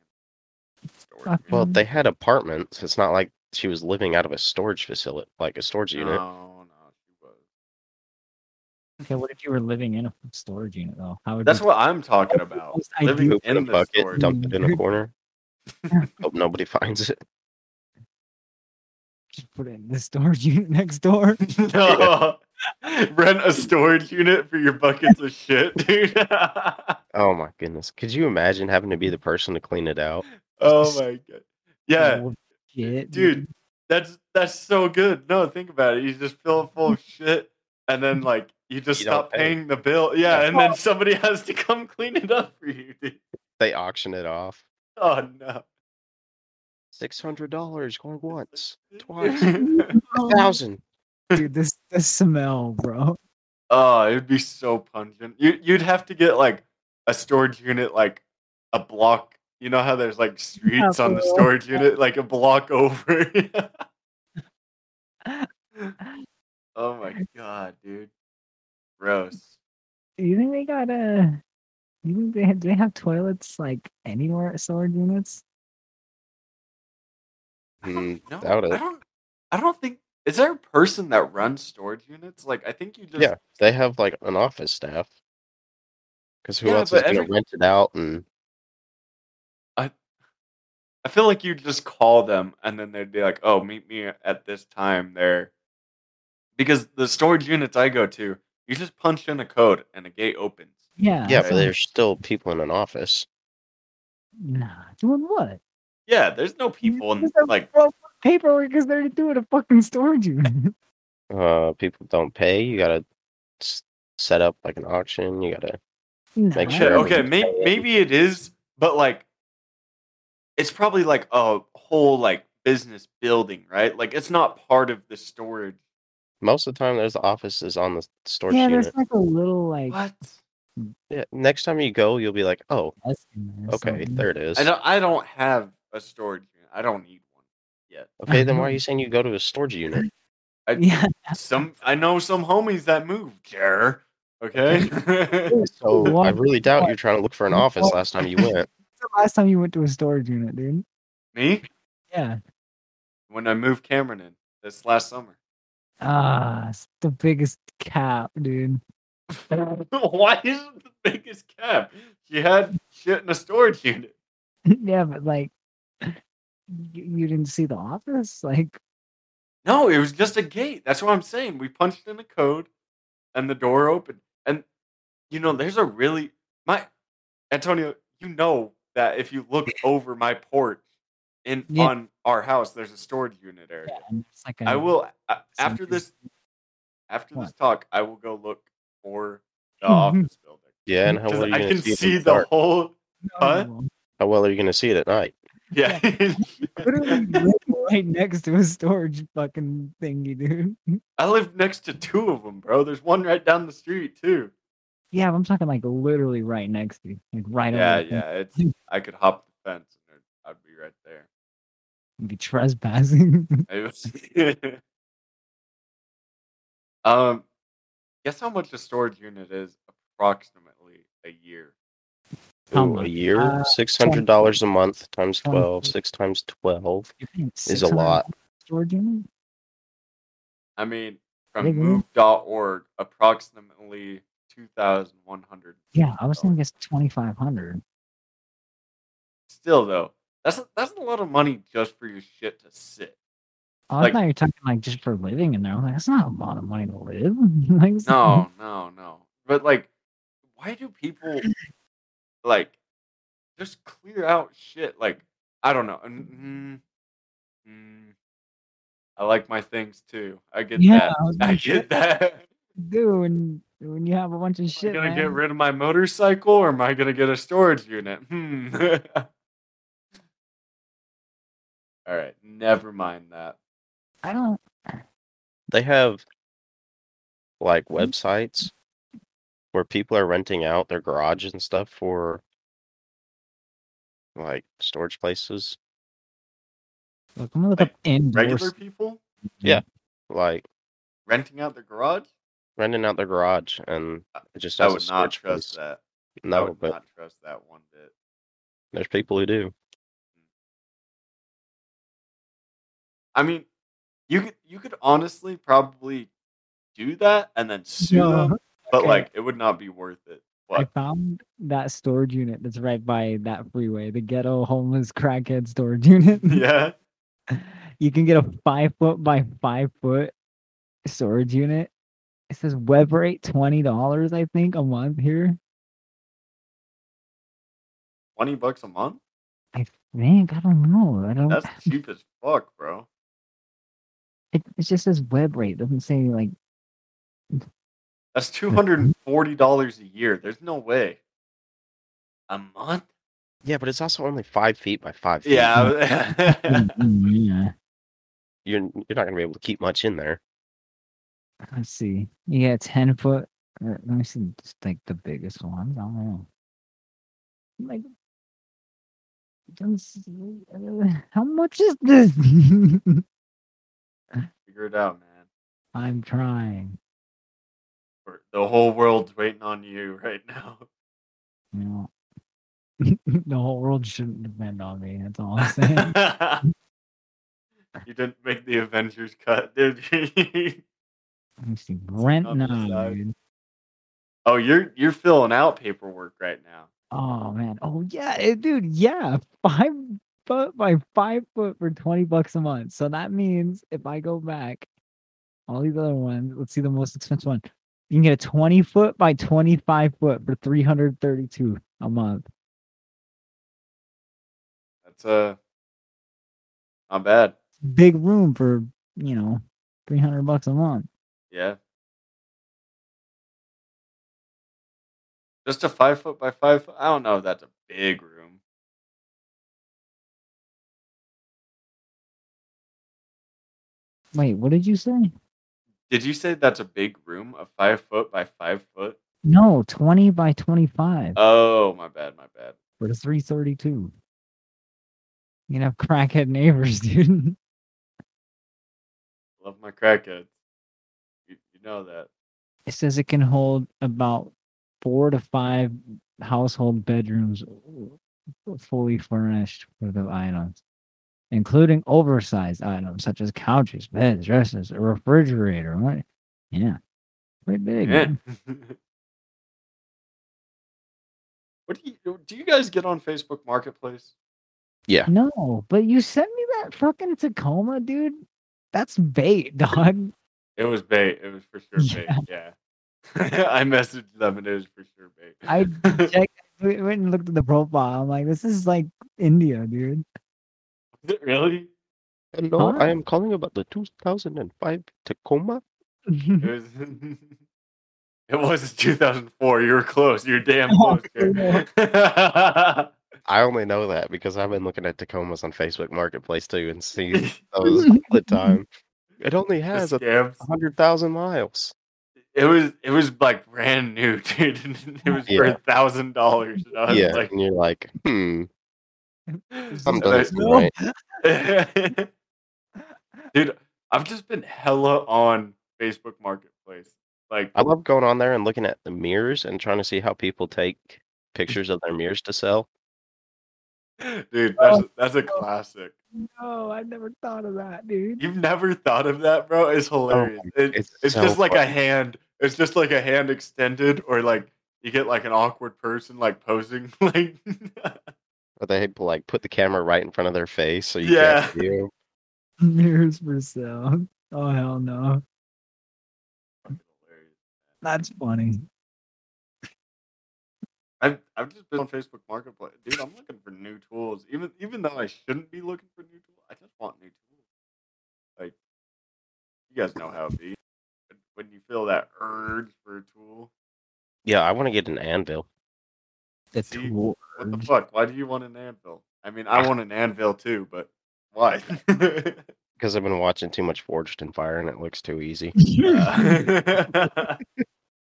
[SPEAKER 3] in storage
[SPEAKER 2] Fuck.
[SPEAKER 4] Well,
[SPEAKER 2] Mhm.
[SPEAKER 4] they had apartments. It's not like she was living out of a storage facility, like a storage
[SPEAKER 3] unit.
[SPEAKER 4] unit.
[SPEAKER 3] no no she was
[SPEAKER 2] Okay, what if you were living in a storage unit though? How would
[SPEAKER 3] that's
[SPEAKER 2] you,
[SPEAKER 3] what I'm talking about
[SPEAKER 2] Most
[SPEAKER 3] living
[SPEAKER 4] Poop in a
[SPEAKER 3] in the
[SPEAKER 4] bucket,
[SPEAKER 3] storage
[SPEAKER 4] dump it in a
[SPEAKER 2] unit.
[SPEAKER 4] corner. Hope nobody finds it.
[SPEAKER 2] just put it in the storage unit next door?
[SPEAKER 3] no rent a storage unit for your buckets of shit dude
[SPEAKER 4] Oh my goodness. Could you imagine having to be the person to clean it out?
[SPEAKER 3] oh my god yeah
[SPEAKER 2] Oh, shit,
[SPEAKER 3] dude that's that's so good no think about it you just fill it full of shit and then like you just
[SPEAKER 4] You don't
[SPEAKER 3] stop
[SPEAKER 4] pay.
[SPEAKER 3] paying the bill yeah and then somebody has to come clean it up for you dude.
[SPEAKER 4] They auction it off.
[SPEAKER 3] oh no
[SPEAKER 4] Six hundred dollars going once,
[SPEAKER 3] twice
[SPEAKER 4] a thousand.
[SPEAKER 2] Oh, dude, this the smell, bro.
[SPEAKER 3] oh it'd be so pungent you, you'd have to get like a storage unit like a block you know how there's like streets on the
[SPEAKER 2] bro.
[SPEAKER 3] storage unit like a block over oh my god dude gross
[SPEAKER 2] Do you think they got a? Do you think they have, do they have toilets like anywhere at storage units?
[SPEAKER 4] Mm,
[SPEAKER 3] No,
[SPEAKER 4] doubt
[SPEAKER 3] I
[SPEAKER 4] it.
[SPEAKER 3] don't. I don't think. Is there a person that runs storage units? Like, I think you just.
[SPEAKER 4] Yeah, they have like an office staff. Because who
[SPEAKER 3] Yeah,
[SPEAKER 4] else is
[SPEAKER 3] but
[SPEAKER 4] going to
[SPEAKER 3] every-
[SPEAKER 4] rent it out? And
[SPEAKER 3] I feel like you just call them, and then they'd be like, "Oh, meet me at this time there," because the storage units I go to, you just punch in a code, and a gate opens.
[SPEAKER 2] Yeah.
[SPEAKER 4] yeah,
[SPEAKER 2] so-
[SPEAKER 4] but there's still people in an office.
[SPEAKER 2] Nah, doing what?
[SPEAKER 3] Yeah, there's no people, and
[SPEAKER 2] There's no
[SPEAKER 3] like,
[SPEAKER 2] pro- paperwork is there to do at a fucking storage unit.
[SPEAKER 4] Uh, people don't pay. You gotta s- set up like an auction. You gotta Make
[SPEAKER 2] Nah,
[SPEAKER 3] okay,
[SPEAKER 4] sure
[SPEAKER 3] okay,
[SPEAKER 4] everyone's
[SPEAKER 3] may-
[SPEAKER 4] paying.
[SPEAKER 3] maybe it is, but like, it's probably like a whole like business building, right? Like, it's not part of the storage.
[SPEAKER 4] most of the time. There's the offices on the s- storage
[SPEAKER 2] Yeah,
[SPEAKER 4] unit.
[SPEAKER 2] there's like a little like.
[SPEAKER 3] What?
[SPEAKER 4] Yeah, next time you go, you'll be like, oh,
[SPEAKER 2] desk in there or
[SPEAKER 4] okay,
[SPEAKER 2] something.
[SPEAKER 4] there it is.
[SPEAKER 3] I don't. I don't have a storage unit. I don't need one yet.
[SPEAKER 4] Okay, then why are you saying you go to a storage unit?
[SPEAKER 3] I,
[SPEAKER 2] Yeah,
[SPEAKER 3] Some I know some homies that moved there. Okay.
[SPEAKER 4] So I
[SPEAKER 2] Why-
[SPEAKER 4] really doubt you're trying to look for an office
[SPEAKER 2] why-
[SPEAKER 4] last time you went.
[SPEAKER 2] the last time you went to a storage unit, dude.
[SPEAKER 3] Me
[SPEAKER 2] Yeah.
[SPEAKER 3] when I moved Cameron in this last summer.
[SPEAKER 2] Ah, it's the biggest cap, dude.
[SPEAKER 3] Why is it the biggest cap? She had shit in a storage unit.
[SPEAKER 2] yeah, but like, you, you didn't see the office? Like,
[SPEAKER 3] No, it was just a gate. That's what I'm saying. We punched in a code and the door opened. And you know, there's a really my Antonio, you know that if you look over my porch in
[SPEAKER 2] Yeah.
[SPEAKER 3] on our house, there's a storage unit area.
[SPEAKER 2] and Um, it's like
[SPEAKER 3] I
[SPEAKER 2] a-
[SPEAKER 3] will a- after
[SPEAKER 2] Something.
[SPEAKER 3] this after this
[SPEAKER 2] What? Mm-hmm.
[SPEAKER 3] talk, I will go look for the office building.
[SPEAKER 4] Yeah, and how well
[SPEAKER 3] Because
[SPEAKER 4] are you
[SPEAKER 3] I
[SPEAKER 4] gonna
[SPEAKER 3] can
[SPEAKER 4] see, it
[SPEAKER 3] see
[SPEAKER 4] in the
[SPEAKER 3] the
[SPEAKER 4] dark?
[SPEAKER 3] whole huh?
[SPEAKER 2] No,
[SPEAKER 4] How well are you gonna see it at night?
[SPEAKER 3] yeah.
[SPEAKER 2] literally live right next to a storage fucking thingy, dude.
[SPEAKER 3] I live next to two of them, bro. There's one right down the street too.
[SPEAKER 2] Yeah, but I'm talking like literally right next to you, like right Mm-hmm.
[SPEAKER 3] Yeah,
[SPEAKER 2] over. the thing.
[SPEAKER 3] yeah. It's I could hop the fence and I'd- I'd be right there.
[SPEAKER 2] You'd be trespassing.
[SPEAKER 3] It was- um, guess how much a storage unit is approximately a year?
[SPEAKER 2] How
[SPEAKER 4] Ooh, a
[SPEAKER 2] much?
[SPEAKER 4] year,
[SPEAKER 2] Uh,
[SPEAKER 4] six hundred dollars a month times
[SPEAKER 2] Twenty.
[SPEAKER 4] twelve. Six times twelve
[SPEAKER 2] You're paying
[SPEAKER 4] is a
[SPEAKER 2] $600
[SPEAKER 4] lot.
[SPEAKER 2] Storage unit?
[SPEAKER 3] I mean, from
[SPEAKER 2] Big room?
[SPEAKER 3] move.org, approximately 2,100.
[SPEAKER 2] Yeah, I was
[SPEAKER 3] Oh.
[SPEAKER 2] thinking it's twenty five hundred.
[SPEAKER 3] Still, though, that's a, that's a lot of money just for your shit to sit.
[SPEAKER 2] Oh, I
[SPEAKER 3] Like-
[SPEAKER 2] thought you were talking like just for living in there. I'm like, that's not a lot of money to live. like, it's-
[SPEAKER 3] No, no, no. But, like, why do people, like, just clear out shit? Like, I don't know. Mm, mm, mm. I like my things too. I get
[SPEAKER 2] yeah,
[SPEAKER 3] that.
[SPEAKER 2] I was
[SPEAKER 3] I
[SPEAKER 2] like,
[SPEAKER 3] get that.
[SPEAKER 2] do when when you have a bunch of
[SPEAKER 3] Am I
[SPEAKER 2] shit.
[SPEAKER 3] gonna
[SPEAKER 2] man.
[SPEAKER 3] get rid of my motorcycle or am I gonna get a storage unit? Hmm. All right, never mind that.
[SPEAKER 2] I don't.
[SPEAKER 4] They have like
[SPEAKER 2] Hmm?
[SPEAKER 4] websites where people are renting out their garage and stuff for like storage places.
[SPEAKER 2] Look, I'm gonna look
[SPEAKER 3] Like,
[SPEAKER 2] up indoor.
[SPEAKER 3] Regular people
[SPEAKER 4] Like
[SPEAKER 3] renting out their garage?
[SPEAKER 4] renting out their garage and it just
[SPEAKER 3] Uh, I
[SPEAKER 4] as a
[SPEAKER 3] would not
[SPEAKER 4] storage
[SPEAKER 3] trust
[SPEAKER 4] place.
[SPEAKER 3] that. I
[SPEAKER 4] No,
[SPEAKER 3] would
[SPEAKER 4] but
[SPEAKER 3] not trust that one bit.
[SPEAKER 4] there's people who do.
[SPEAKER 3] I mean, you could you could honestly probably do that and then sue
[SPEAKER 2] No,
[SPEAKER 3] them, but
[SPEAKER 2] okay.
[SPEAKER 3] like it would not be worth it.
[SPEAKER 2] I
[SPEAKER 3] What?
[SPEAKER 2] found that storage unit that's right by that freeway, the ghetto homeless crackhead storage unit.
[SPEAKER 3] yeah.
[SPEAKER 2] you can get a five foot by five foot storage unit. It says web rate twenty dollars, I think, a month here.
[SPEAKER 3] Twenty bucks a month?
[SPEAKER 2] Man, I don't know. I don't.
[SPEAKER 3] That's cheap as fuck, bro.
[SPEAKER 2] It, it just says web rate. Doesn't say like.
[SPEAKER 3] That's two hundred and forty dollars a year. There's no way. A month?
[SPEAKER 4] Yeah, but it's also only five feet by five feet.
[SPEAKER 3] Yeah. I-
[SPEAKER 2] E yeah.
[SPEAKER 4] You're you're not gonna be able to keep much in there.
[SPEAKER 2] Let's see. You got ten foot. uh, Let me see. Just like the biggest ones. I don't know. Like. doesn't say- uh, How much is this?
[SPEAKER 3] Figure it out, man.
[SPEAKER 2] I'm trying.
[SPEAKER 3] We're- The whole world's waiting on you right now.
[SPEAKER 2] You know, the whole world shouldn't depend on me. That's all I'm saying.
[SPEAKER 3] you didn't make the Avengers cut, did you?
[SPEAKER 2] Let me see. Rent
[SPEAKER 3] on the
[SPEAKER 2] now,
[SPEAKER 3] side.
[SPEAKER 2] dude.
[SPEAKER 3] oh, you're you're filling out paperwork right now.
[SPEAKER 2] Oh man. Oh yeah, eh, dude. Yeah, five foot by five foot for twenty bucks a month. So that means if I go back, all these other ones. Let's see the most expensive one. You can get a twenty foot by twenty five foot for three hundred thirty two a month.
[SPEAKER 3] That's uh not bad.
[SPEAKER 2] Big room for you know three hundred bucks a month.
[SPEAKER 3] Yeah. Just a five foot by five foot. I don't know if that's a big room.
[SPEAKER 2] Wait, what did you say?
[SPEAKER 3] Did you say that's a big room? A five foot by five foot?
[SPEAKER 2] No, twenty by twenty five
[SPEAKER 3] Oh, my bad, my bad.
[SPEAKER 2] for three thirty two. You can have crackhead neighbors, dude.
[SPEAKER 3] Love my crackheads. You, you know that.
[SPEAKER 2] It says it can hold about four to five household bedrooms fully furnished for the items, including oversized items such as couches, beds, dressers, a refrigerator. Right? Yeah, pretty big.
[SPEAKER 3] Yeah.
[SPEAKER 2] man.
[SPEAKER 3] what do you do? You guys get on Facebook Marketplace?
[SPEAKER 4] Yeah.
[SPEAKER 2] No, but you sent me that fucking Tacoma, dude. That's bait, dog.
[SPEAKER 3] It was bait. It was for sure bait. Yeah. I messaged them and it was for sure bait.
[SPEAKER 2] I checked, went and looked at the profile. I'm like, this is like India, dude.
[SPEAKER 3] really?
[SPEAKER 4] Hello,
[SPEAKER 2] Huh?
[SPEAKER 4] Oh, I am calling about the 2005 Tacoma.
[SPEAKER 3] It was. it was 2004. You were close. You're damn
[SPEAKER 2] Oh,
[SPEAKER 3] close. Jared.
[SPEAKER 4] I only know that because I've been looking at Tacomas on Facebook Marketplace too and seeing those all the time. It only
[SPEAKER 3] The
[SPEAKER 4] has a
[SPEAKER 3] scams.
[SPEAKER 4] hundred thousand miles.
[SPEAKER 3] It was it was like brand new, dude. and It was for
[SPEAKER 4] Yeah.
[SPEAKER 3] a thousand dollars. and I was
[SPEAKER 4] yeah,
[SPEAKER 3] Like,
[SPEAKER 4] and you're like, hmm,
[SPEAKER 3] and
[SPEAKER 4] something
[SPEAKER 3] I-
[SPEAKER 4] doesn't seem right.
[SPEAKER 3] Dude, I've just been hella on Facebook Marketplace. Like,
[SPEAKER 4] I love going on there and looking at the mirrors and trying to see how people take pictures of their mirrors to sell.
[SPEAKER 3] dude, that's that's a classic.
[SPEAKER 2] No, I never thought of that, dude.
[SPEAKER 3] You've never thought of that, bro? It's hilarious. It- it's
[SPEAKER 4] Oh it's so
[SPEAKER 3] just like a
[SPEAKER 4] funny.
[SPEAKER 3] hand. It's just like a hand extended, or like you get like an awkward person like posing. Like,
[SPEAKER 4] But they like put the camera right in front of their face so you
[SPEAKER 3] Yeah.
[SPEAKER 4] can't see 'em.
[SPEAKER 2] Mirrors for sale. Oh hell no. That's funny.
[SPEAKER 3] I've I've just been on Facebook Marketplace, dude. I'm looking for new tools, even even though I shouldn't be looking for new tools. I just want new tools. Like, you guys know how it be When- when you feel that urge for a tool.
[SPEAKER 4] Yeah, I want to get an anvil.
[SPEAKER 2] The
[SPEAKER 3] See,
[SPEAKER 2] tool.
[SPEAKER 3] What the fuck? Why do you want an anvil? I mean, I want an anvil too, but why?
[SPEAKER 4] Because I've been watching too much Forged in Fire and it looks too easy.
[SPEAKER 3] Uh,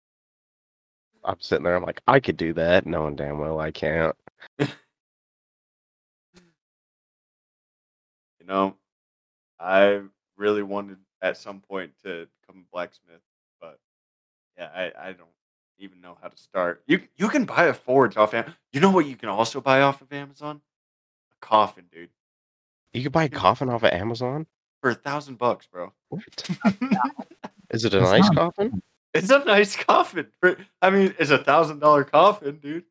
[SPEAKER 4] I'm sitting there, I'm like, I could do that, knowing damn well I can't.
[SPEAKER 3] you know, I really wanted at some point to become a blacksmith, but yeah, I, I don't even know how to start. You you can buy a forge off Amazon. You know what you can also buy off of Amazon? A coffin, dude,
[SPEAKER 4] You could buy a coffin off of Amazon.
[SPEAKER 3] for a thousand bucks, bro.
[SPEAKER 4] What? Is it a
[SPEAKER 2] It's
[SPEAKER 4] nice
[SPEAKER 2] not-
[SPEAKER 4] coffin?
[SPEAKER 3] it's a nice coffin. For, I mean, it's a thousand dollar coffin, dude.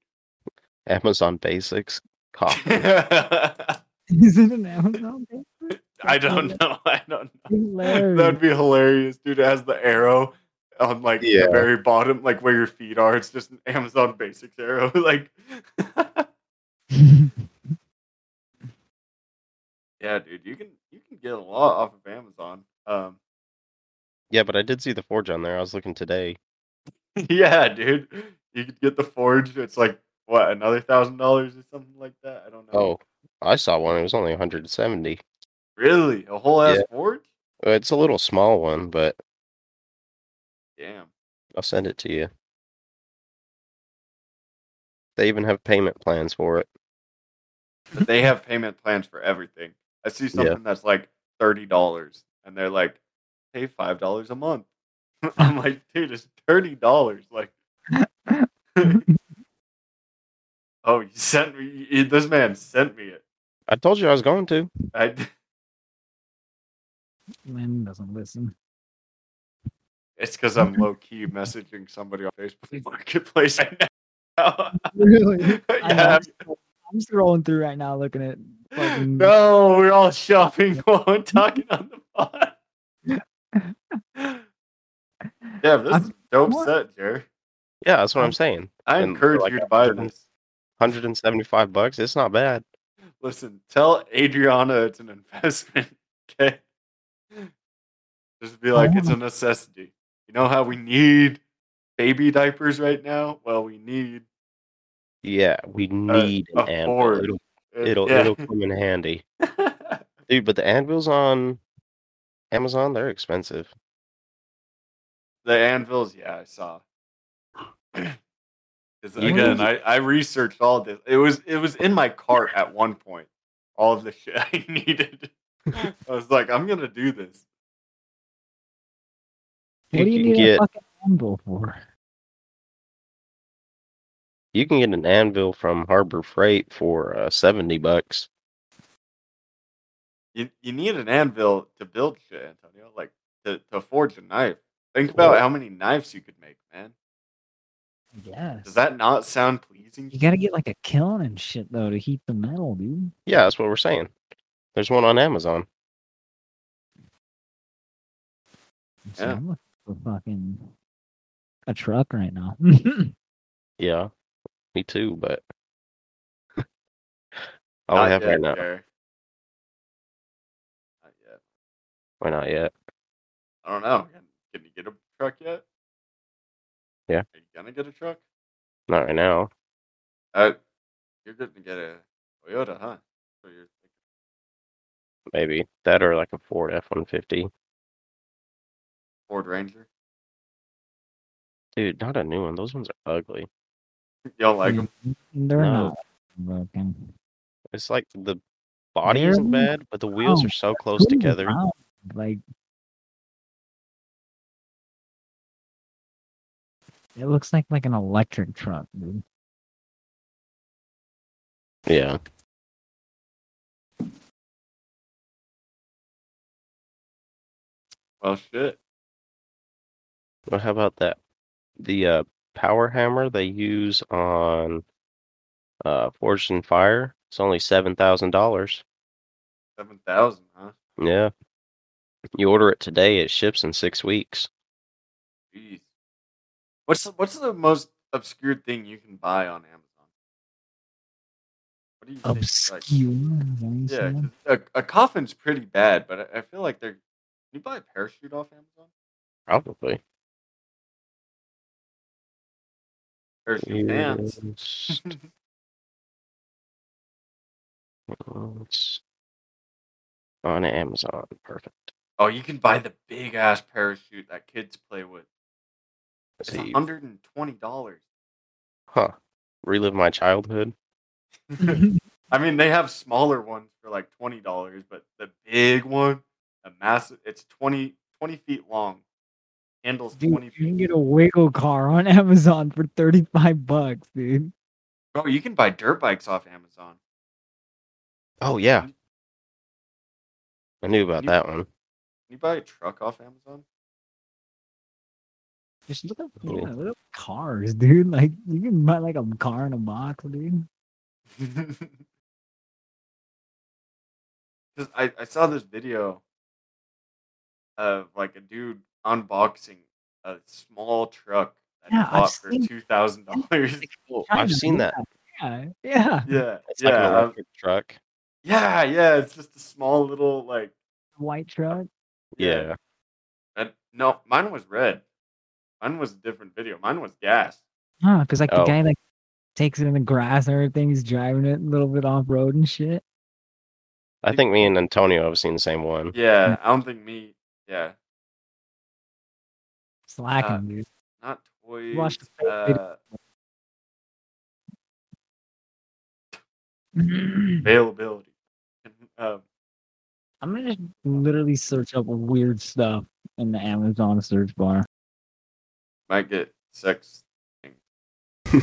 [SPEAKER 4] Amazon Basics coffin.
[SPEAKER 3] I
[SPEAKER 2] Is it an Amazon? thing?
[SPEAKER 3] don't know. I don't know.
[SPEAKER 2] Hilarious.
[SPEAKER 3] That'd be hilarious, dude. It has the arrow on like
[SPEAKER 4] Yeah.
[SPEAKER 3] the very bottom, like where your feet are. It's just an Amazon Basics arrow. like, yeah, dude, you can you can get a lot off of Amazon. Um,
[SPEAKER 4] yeah, but I did see the forge on there. I was looking today.
[SPEAKER 3] yeah, dude, you could get the forge. It's like what another thousand dollars or something like that. I don't know.
[SPEAKER 4] Oh, I saw one. It was only 170.
[SPEAKER 3] really? A whole ass
[SPEAKER 4] Yeah.
[SPEAKER 3] forge?
[SPEAKER 4] Uh, It's a little small one, but
[SPEAKER 3] Damn.
[SPEAKER 4] I'll send it to you. They even have payment plans for it.
[SPEAKER 3] But they have payment plans for everything. I see something that's like thirty dollars, and they're like, pay five dollars a month. I'm like, dude, it's thirty dollars. Like, oh, you sent me. you- This man sent me it.
[SPEAKER 4] I told you I was going to.
[SPEAKER 3] I,
[SPEAKER 2] Man doesn't listen.
[SPEAKER 3] it's because I'm low key messaging somebody on Facebook Marketplace right now.
[SPEAKER 2] Really? I know,
[SPEAKER 3] yeah.
[SPEAKER 2] I'm, scroll- I'm scrolling through right now looking at fucking
[SPEAKER 3] No, we're all shopping while we're talking on the pod. yeah, this is a dope
[SPEAKER 2] What?
[SPEAKER 3] set, Jerry.
[SPEAKER 4] Yeah, that's what
[SPEAKER 2] Um,
[SPEAKER 4] I'm saying.
[SPEAKER 3] I
[SPEAKER 4] and for
[SPEAKER 3] encourage
[SPEAKER 4] like
[SPEAKER 3] you to buy
[SPEAKER 4] 100.
[SPEAKER 3] this.
[SPEAKER 4] 175 bucks. It's not bad.
[SPEAKER 3] Listen, tell Adriana it's an investment. Okay. Just be like, it's a necessity. You know how we need baby diapers right now? Well, we need
[SPEAKER 4] Yeah, we need
[SPEAKER 3] a
[SPEAKER 4] an anvil.
[SPEAKER 3] forge.
[SPEAKER 4] It'll it'll,
[SPEAKER 3] yeah.
[SPEAKER 4] it'll come in handy, dude. But the anvils on Amazon, they're expensive.
[SPEAKER 3] the anvils, yeah, I saw. 'Cause
[SPEAKER 4] You
[SPEAKER 3] again,
[SPEAKER 4] need-
[SPEAKER 3] I, I researched all this. It was it was in my cart at one point. All of the shit I needed. I was like, I'm gonna do this.
[SPEAKER 2] What do you
[SPEAKER 4] you
[SPEAKER 2] need
[SPEAKER 4] can
[SPEAKER 2] a
[SPEAKER 4] get
[SPEAKER 2] fucking anvil for?
[SPEAKER 4] you can get an anvil from Harbor Freight for uh, 70 bucks.
[SPEAKER 3] you, you need an anvil to build shit, Antonio. Like to, to forge a knife. Think about how many knives you could make, man.
[SPEAKER 2] Yes.
[SPEAKER 3] Does that not sound pleasing? freezing.
[SPEAKER 2] You gotta get like a kiln and shit though to heat the metal, dude.
[SPEAKER 4] Yeah, that's what we're saying. There's one on Amazon.
[SPEAKER 2] So
[SPEAKER 3] Yeah.
[SPEAKER 2] I'm looking for fucking a truck right now.
[SPEAKER 4] Yeah, me too, but all
[SPEAKER 3] Not
[SPEAKER 4] I have
[SPEAKER 3] yet,
[SPEAKER 4] right now.
[SPEAKER 3] Jared. Not yet.
[SPEAKER 4] Why not yet?
[SPEAKER 3] I don't know. Can, can you get a truck yet?
[SPEAKER 4] Yeah.
[SPEAKER 3] Are you gonna get a truck?
[SPEAKER 4] Not right now.
[SPEAKER 3] Uh, you're gonna get a Toyota, huh? So you're
[SPEAKER 4] Maybe that or like a Ford F one fifty.
[SPEAKER 3] Ford Ranger.
[SPEAKER 4] Dude, not a new one. Those ones are ugly.
[SPEAKER 3] You don't
[SPEAKER 2] Hmm.
[SPEAKER 3] like them?
[SPEAKER 2] They're
[SPEAKER 4] No.
[SPEAKER 2] not broken.
[SPEAKER 4] It's like the body isn't
[SPEAKER 2] They're-
[SPEAKER 4] bad, but the wheels
[SPEAKER 2] Oh,
[SPEAKER 4] are so close
[SPEAKER 2] Couldn't be
[SPEAKER 4] together.
[SPEAKER 2] found, Like it looks like like an electric truck, dude.
[SPEAKER 4] Yeah.
[SPEAKER 3] Well, shit.
[SPEAKER 4] Well, how about that? The uh, power hammer they use on uh, Forged and Fire. It's only seven thousand dollars.
[SPEAKER 3] Seven thousand, huh?
[SPEAKER 4] Yeah. You order it today, it ships in six weeks.
[SPEAKER 3] Jeez. What's the, what's the most obscure thing you can buy on Amazon? What do you think, like-
[SPEAKER 2] Obscure. is that what you
[SPEAKER 3] Yeah,
[SPEAKER 2] said?
[SPEAKER 3] 'cause a, a coffin's pretty bad, but I, I feel like they're. Can you buy a parachute off Amazon?
[SPEAKER 4] Probably.
[SPEAKER 3] Parachute pants.
[SPEAKER 4] Used- It's on Amazon. Perfect.
[SPEAKER 3] Oh, you can buy the big ass parachute that kids play with.
[SPEAKER 4] Let's
[SPEAKER 3] It's
[SPEAKER 4] see.
[SPEAKER 3] hundred and twenty dollars.
[SPEAKER 4] Huh. Relive my childhood.
[SPEAKER 3] I mean, they have smaller ones for like twenty dollars, but the big one, a massive, it's 20, 20 feet long, handles
[SPEAKER 2] Dude,
[SPEAKER 3] twenty.
[SPEAKER 2] you can
[SPEAKER 3] Feet.
[SPEAKER 2] get a wiggle car on Amazon for thirty-five bucks, dude.
[SPEAKER 3] Bro, you can buy dirt bikes off Amazon.
[SPEAKER 4] Oh yeah. I knew about
[SPEAKER 3] You-
[SPEAKER 4] that one.
[SPEAKER 3] Can you buy a truck off Amazon?
[SPEAKER 2] Just look up,
[SPEAKER 4] Cool.
[SPEAKER 2] yeah, look up cars, dude. Like you can buy like a car in a box, dude.
[SPEAKER 3] Because I, I saw this video of like a dude unboxing a small truck that
[SPEAKER 2] Yeah,
[SPEAKER 3] he
[SPEAKER 2] I've
[SPEAKER 3] bought for
[SPEAKER 2] seen-
[SPEAKER 3] two thousand dollars.
[SPEAKER 4] I've
[SPEAKER 2] China,
[SPEAKER 4] seen that.
[SPEAKER 2] Yeah, yeah.
[SPEAKER 3] Yeah,
[SPEAKER 4] It's
[SPEAKER 3] yeah,
[SPEAKER 4] like an
[SPEAKER 3] uh,
[SPEAKER 4] electric truck.
[SPEAKER 3] yeah, yeah. It's just a small little like.
[SPEAKER 2] White truck.
[SPEAKER 4] Yeah.
[SPEAKER 3] yeah. And no, mine was red. Mine was a different video. Mine was gas.
[SPEAKER 2] Huh? Because like
[SPEAKER 4] Oh.
[SPEAKER 2] the guy like takes it in the grass and everything. He's driving it a little bit off road and shit.
[SPEAKER 4] I think me and Antonio have seen the same one.
[SPEAKER 3] Yeah, I don't think me. Yeah,
[SPEAKER 4] Uh,
[SPEAKER 2] Slacking, dude.
[SPEAKER 3] not toys.
[SPEAKER 2] Watch the fake video.
[SPEAKER 3] uh, availability. um,
[SPEAKER 2] Mm-hmm. I'm gonna just literally search up weird stuff in the Amazon search bar.
[SPEAKER 3] might get sex thing.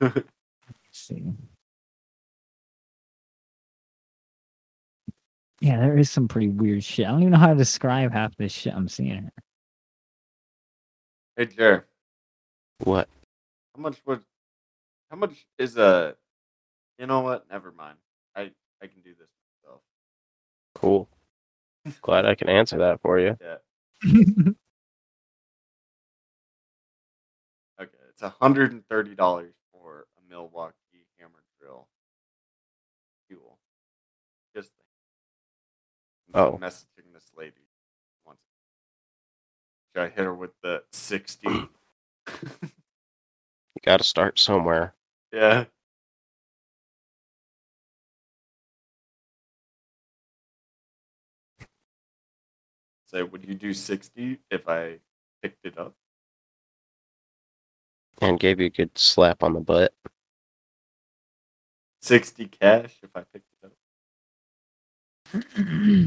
[SPEAKER 2] Let's see. Yeah, there is some pretty weird shit. I don't even know how to describe half this shit I'm seeing here.
[SPEAKER 3] hey Jer,
[SPEAKER 4] What?
[SPEAKER 3] how much was? How much is a? You know what? Never mind. I I can do this myself.
[SPEAKER 4] Cool. Glad I can answer that for you.
[SPEAKER 3] Yeah. Okay, it's hundred and thirty dollars for a Milwaukee hammer drill. Fuel. Just
[SPEAKER 4] Oh.
[SPEAKER 3] messaging this lady. Once. Should I hit her with the sixty?
[SPEAKER 4] Got to start somewhere.
[SPEAKER 3] yeah. Say, would you do sixty if I picked it up?
[SPEAKER 4] And gave you a good slap on the butt.
[SPEAKER 3] Sixty cash if I picked it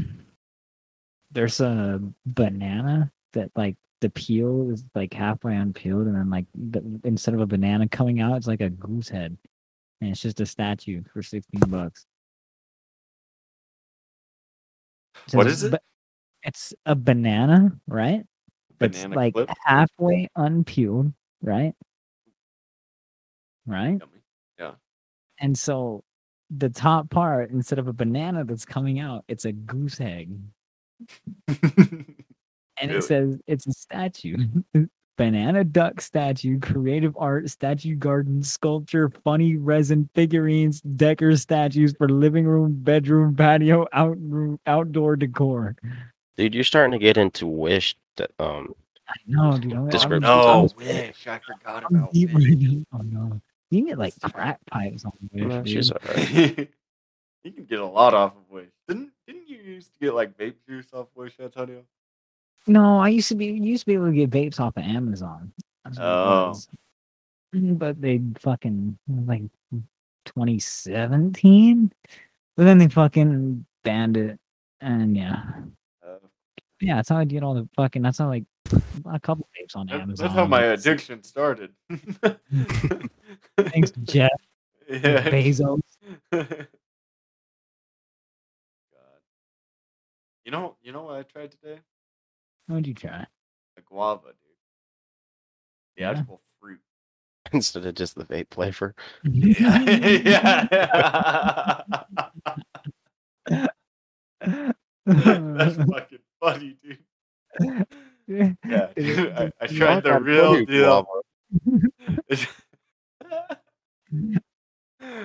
[SPEAKER 3] up.
[SPEAKER 2] There's a banana that like the peel is like halfway unpeeled, and then like the, instead of a banana coming out, it's like a goose head, and it's just a statue for sixteen bucks.
[SPEAKER 3] What
[SPEAKER 2] Says
[SPEAKER 3] is it?
[SPEAKER 2] ba- it's a banana, right? But it's
[SPEAKER 3] Banana
[SPEAKER 2] like
[SPEAKER 3] clip.
[SPEAKER 2] halfway unpeeled, right? right?
[SPEAKER 3] Yummy. Yeah.
[SPEAKER 2] And so the top part, instead of a banana that's coming out, it's a goose egg. And
[SPEAKER 3] Really?
[SPEAKER 2] it says it's a statue. Banana duck statue, creative art, statue garden, sculpture, funny resin figurines, Decker statues for living room, bedroom, patio, out room, outdoor decor.
[SPEAKER 4] Dude, you're starting to get into wish that, um
[SPEAKER 2] I know, dude. I'm, I'm,
[SPEAKER 4] Description.
[SPEAKER 3] no,
[SPEAKER 4] sounds
[SPEAKER 3] wish. I forgot
[SPEAKER 2] I'm
[SPEAKER 3] about
[SPEAKER 2] deep
[SPEAKER 3] Wish.
[SPEAKER 2] right now. Oh, no. You can get like crack pipes on Wish,
[SPEAKER 4] no,
[SPEAKER 2] dude.
[SPEAKER 4] she's alright.
[SPEAKER 3] you can get a lot off of Wish. Didn't didn't you used to get like vape juice off Wish, Antonio?
[SPEAKER 2] No, I used to be used to be able to get vapes off of Amazon. That's what it
[SPEAKER 3] Oh.
[SPEAKER 2] was. Mm-hmm, but they fucking like 2017. But then they fucking banned it, and yeah,
[SPEAKER 3] Uh,
[SPEAKER 2] yeah. That's how I did all the fucking. That's how like a couple vapes on
[SPEAKER 3] that-
[SPEAKER 2] Amazon.
[SPEAKER 3] that's how my addiction started.
[SPEAKER 2] Thanks, Jeff
[SPEAKER 3] yeah.
[SPEAKER 2] Bezos.
[SPEAKER 3] God. You know, you know what I tried today?
[SPEAKER 2] What'd you try?
[SPEAKER 3] A guava, dude. The
[SPEAKER 2] Yeah.
[SPEAKER 3] actual fruit.
[SPEAKER 4] instead of just the vape flavor.
[SPEAKER 3] yeah. That's fucking funny, dude. Yeah, dude, I, I tried the real deal.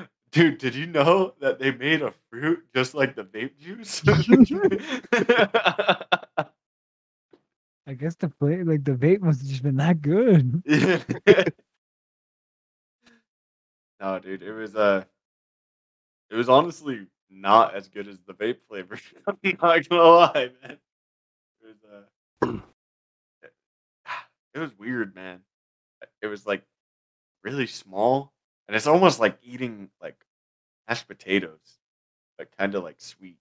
[SPEAKER 3] Dude, did you know that they made a fruit just like the vape juice?
[SPEAKER 2] I guess the play, like the vape must have just been that good.
[SPEAKER 3] no, dude, it was uh it was honestly not as good as the vape flavor. I'm not gonna lie, man. It was uh it was weird, man. It was like really small, and it's almost like eating like mashed potatoes, but kind of like sweet.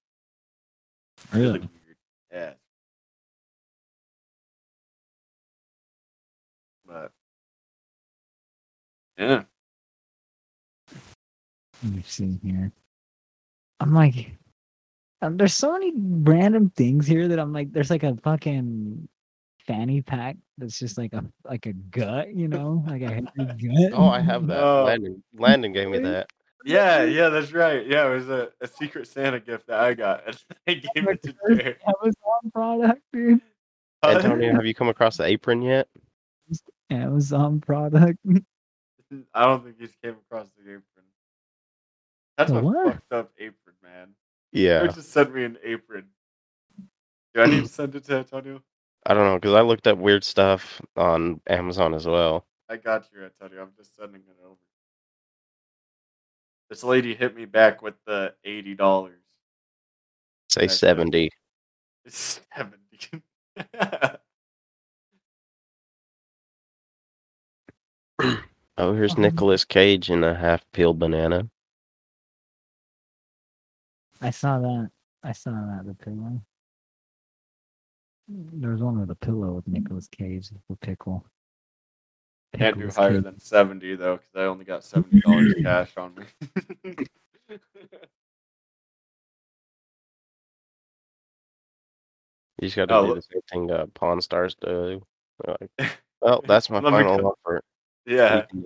[SPEAKER 3] Really weird. Yeah. But yeah,
[SPEAKER 2] Let me see here. I'm like, um, there's so many random things here that I'm like, there's like a fucking fanny pack that's just like a like a gut, you know, like a heavy gut.
[SPEAKER 4] Oh, I have that.
[SPEAKER 3] Oh.
[SPEAKER 4] Landon, Landon gave me
[SPEAKER 2] Really?
[SPEAKER 4] that.
[SPEAKER 3] yeah, yeah. That's right. Yeah, it was a, a secret Santa gift that I got, and I gave it to Jared.
[SPEAKER 2] Amazon product, dude.
[SPEAKER 4] Antonio, have you come across the apron yet?
[SPEAKER 2] Amazon product.
[SPEAKER 3] I don't think he's came across the apron. That's
[SPEAKER 2] The
[SPEAKER 3] a
[SPEAKER 2] what?
[SPEAKER 3] fucked up apron, man. Jared
[SPEAKER 4] Yeah,
[SPEAKER 3] just sent me an apron. Do I need to send it to Antonio?
[SPEAKER 4] I don't know because I looked up weird stuff on Amazon as well.
[SPEAKER 3] I got you, Antonio. I'm just sending it over. This lady hit me back with the eighty dollars.
[SPEAKER 4] Say
[SPEAKER 3] That's-
[SPEAKER 4] seventy.
[SPEAKER 3] It's seventy. That's
[SPEAKER 4] Oh, here's
[SPEAKER 3] Mm-hmm.
[SPEAKER 2] Uh-huh.
[SPEAKER 4] Nicolas Cage in a half peeled banana.
[SPEAKER 2] I saw that. I saw that the pillow. There was one with a pillow with Nicolas Cage the pickle.
[SPEAKER 3] Can't do
[SPEAKER 2] Pickles
[SPEAKER 3] higher
[SPEAKER 2] Cage.
[SPEAKER 3] than seventy though, because I only got seventy dollars cash on me.
[SPEAKER 4] You just got to
[SPEAKER 3] Oh,
[SPEAKER 4] do
[SPEAKER 3] look.
[SPEAKER 4] the same thing uh, Pawn Stars do. They're like, well, that's my
[SPEAKER 3] Let me
[SPEAKER 4] final
[SPEAKER 3] go.
[SPEAKER 4] offer. You
[SPEAKER 3] yeah,
[SPEAKER 4] can-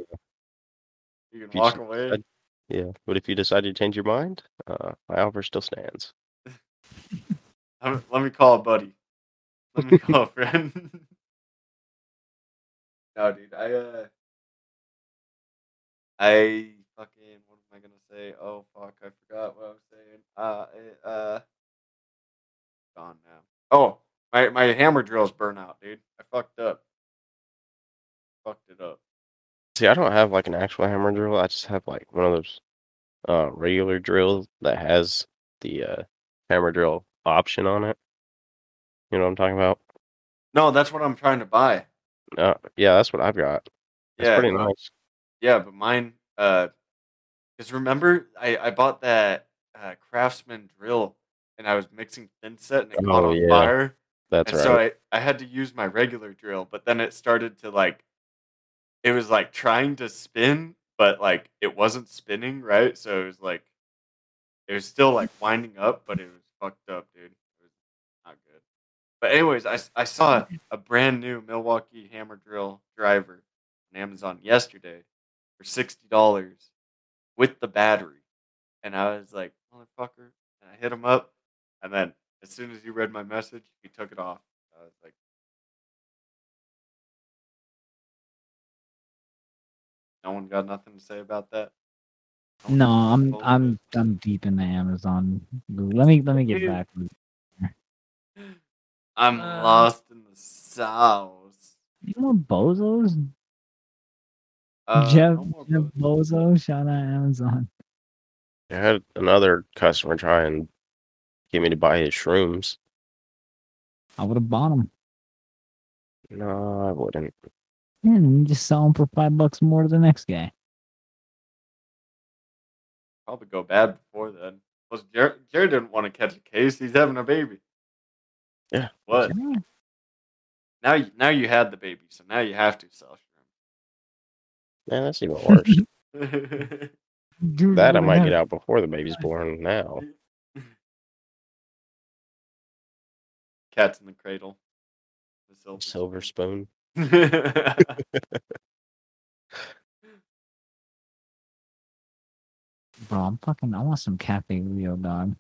[SPEAKER 3] you can
[SPEAKER 4] you
[SPEAKER 3] walk
[SPEAKER 4] should-
[SPEAKER 3] away.
[SPEAKER 4] I'd- Yeah, but if you decide to change your mind, uh, my offer still stands.
[SPEAKER 3] Let me- let me call a buddy. Let me call a friend. no, dude, I uh, I fucking what am I gonna say? Oh fuck, I forgot what I was saying. Uh, I- uh, gone now. Oh, my my hammer drill's burnt out, dude. I fucked up. Fucked it up.
[SPEAKER 4] See, I don't have like an actual hammer drill. I just have like one of those uh, regular drills that has the uh, hammer drill option on it. You know what I'm talking about?
[SPEAKER 3] No, that's what I'm trying to buy.
[SPEAKER 4] Uh, yeah, that's what I've got. It's
[SPEAKER 3] Yeah,
[SPEAKER 4] pretty
[SPEAKER 3] no,
[SPEAKER 4] nice.
[SPEAKER 3] Yeah, but mine, uh, because remember, I I bought that uh, Craftsman drill, and I was mixing thin set, and it caught
[SPEAKER 4] Oh,
[SPEAKER 3] on
[SPEAKER 4] yeah.
[SPEAKER 3] fire.
[SPEAKER 4] That's
[SPEAKER 3] and
[SPEAKER 4] right.
[SPEAKER 3] so I I had to use my regular drill, but then it started to like, it was like trying to spin, but like it wasn't spinning right, so it was like, it was still like winding up, but it was fucked up, dude. It was not good. But anyways, I s- I saw
[SPEAKER 4] Mm-hmm.
[SPEAKER 3] a brand new Milwaukee hammer drill driver on Amazon yesterday for sixty dollars with the battery, and I was like, motherfucker, and I hit him up, and then as soon as he read my message, he took it off. I was like, no one got nothing to say about that. one
[SPEAKER 2] No,
[SPEAKER 3] got
[SPEAKER 2] I'm
[SPEAKER 3] nothing
[SPEAKER 2] I'm
[SPEAKER 3] to
[SPEAKER 2] I'm deep in the Amazon. Let me let me get back.
[SPEAKER 3] say. I'm
[SPEAKER 2] Uh,
[SPEAKER 3] lost in the sauce.
[SPEAKER 2] Any more bozos?
[SPEAKER 3] Uh,
[SPEAKER 2] Jeff,
[SPEAKER 3] no more
[SPEAKER 2] Jeff
[SPEAKER 3] booze.
[SPEAKER 2] Bozo, shout out Amazon.
[SPEAKER 4] I had another customer try and get me to buy his shrooms.
[SPEAKER 2] I would have bought them.
[SPEAKER 4] No, I wouldn't.
[SPEAKER 2] And you just sell them for five bucks more to the next guy.
[SPEAKER 3] probably go bad before then. Plus, Jared, Jared didn't want to catch a case. He's having a baby.
[SPEAKER 4] Yeah.
[SPEAKER 3] What?
[SPEAKER 2] Yeah.
[SPEAKER 3] Now, you, now you had the baby, so now you have to sell
[SPEAKER 4] Man, that's even worse.
[SPEAKER 3] shrimp.
[SPEAKER 2] Dude,
[SPEAKER 4] that I
[SPEAKER 2] what
[SPEAKER 4] might
[SPEAKER 2] happened?
[SPEAKER 4] get out before the baby's born now.
[SPEAKER 3] Cats in the cradle. The silver,
[SPEAKER 4] Silver spoon.
[SPEAKER 3] spoon.
[SPEAKER 2] Bro, I'm fucking. I want some Cafe Rio, dog.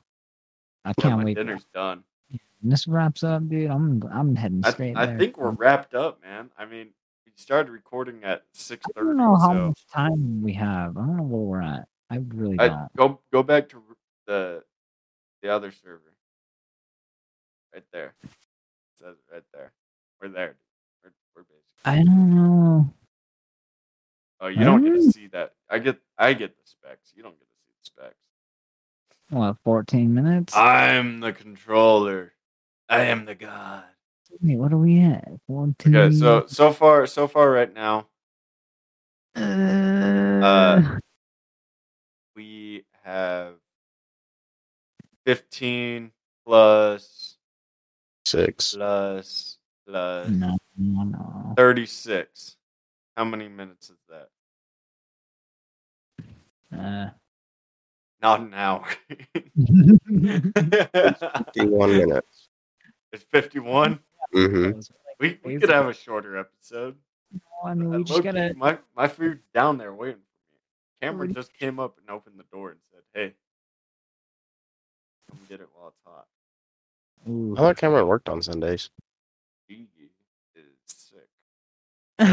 [SPEAKER 2] I
[SPEAKER 3] Yeah,
[SPEAKER 2] can't
[SPEAKER 3] my
[SPEAKER 2] wait.
[SPEAKER 3] dinner's done.
[SPEAKER 2] When this wraps up, dude. I'm I'm heading
[SPEAKER 3] I,
[SPEAKER 2] straight.
[SPEAKER 3] I
[SPEAKER 2] there.
[SPEAKER 3] think we're wrapped up, man. I mean, we started recording at six
[SPEAKER 2] I
[SPEAKER 3] thirty.
[SPEAKER 2] don't know how
[SPEAKER 3] so.
[SPEAKER 2] much time we have. I don't know where we're at. I really
[SPEAKER 3] I-
[SPEAKER 2] don't.
[SPEAKER 3] go go back to r- the the other server. Right there. It says it right there. We're there. We're, we're basic.
[SPEAKER 2] I don't know.
[SPEAKER 3] Oh, you don't get to
[SPEAKER 2] Mm.
[SPEAKER 3] see that. I get I get the specs. You don't get to see the specs.
[SPEAKER 2] What? 14 minutes?
[SPEAKER 3] I'm the controller. I am the god.
[SPEAKER 2] Wait, what are we at? 14.
[SPEAKER 3] Okay, so so far so far right now
[SPEAKER 2] Uh,
[SPEAKER 3] we have 15 plus
[SPEAKER 4] Six.
[SPEAKER 3] plus plus
[SPEAKER 2] no, no, no.
[SPEAKER 3] 36. How many minutes is that?
[SPEAKER 2] Uh,
[SPEAKER 3] Not an hour.
[SPEAKER 4] Fifty-one minutes.
[SPEAKER 3] it's 51.
[SPEAKER 4] Mm-hmm.
[SPEAKER 3] We, we could have a shorter episode.
[SPEAKER 2] I mean,
[SPEAKER 3] Uh,
[SPEAKER 2] we just
[SPEAKER 3] low-key,
[SPEAKER 2] gotta.
[SPEAKER 3] my, my food's down there waiting for me. Cameron
[SPEAKER 2] Already-
[SPEAKER 3] just came up and opened the door and said, Hey, come get it while it's hot.
[SPEAKER 2] Ooh.
[SPEAKER 4] I thought Cameron worked on Sundays.
[SPEAKER 3] She is sick.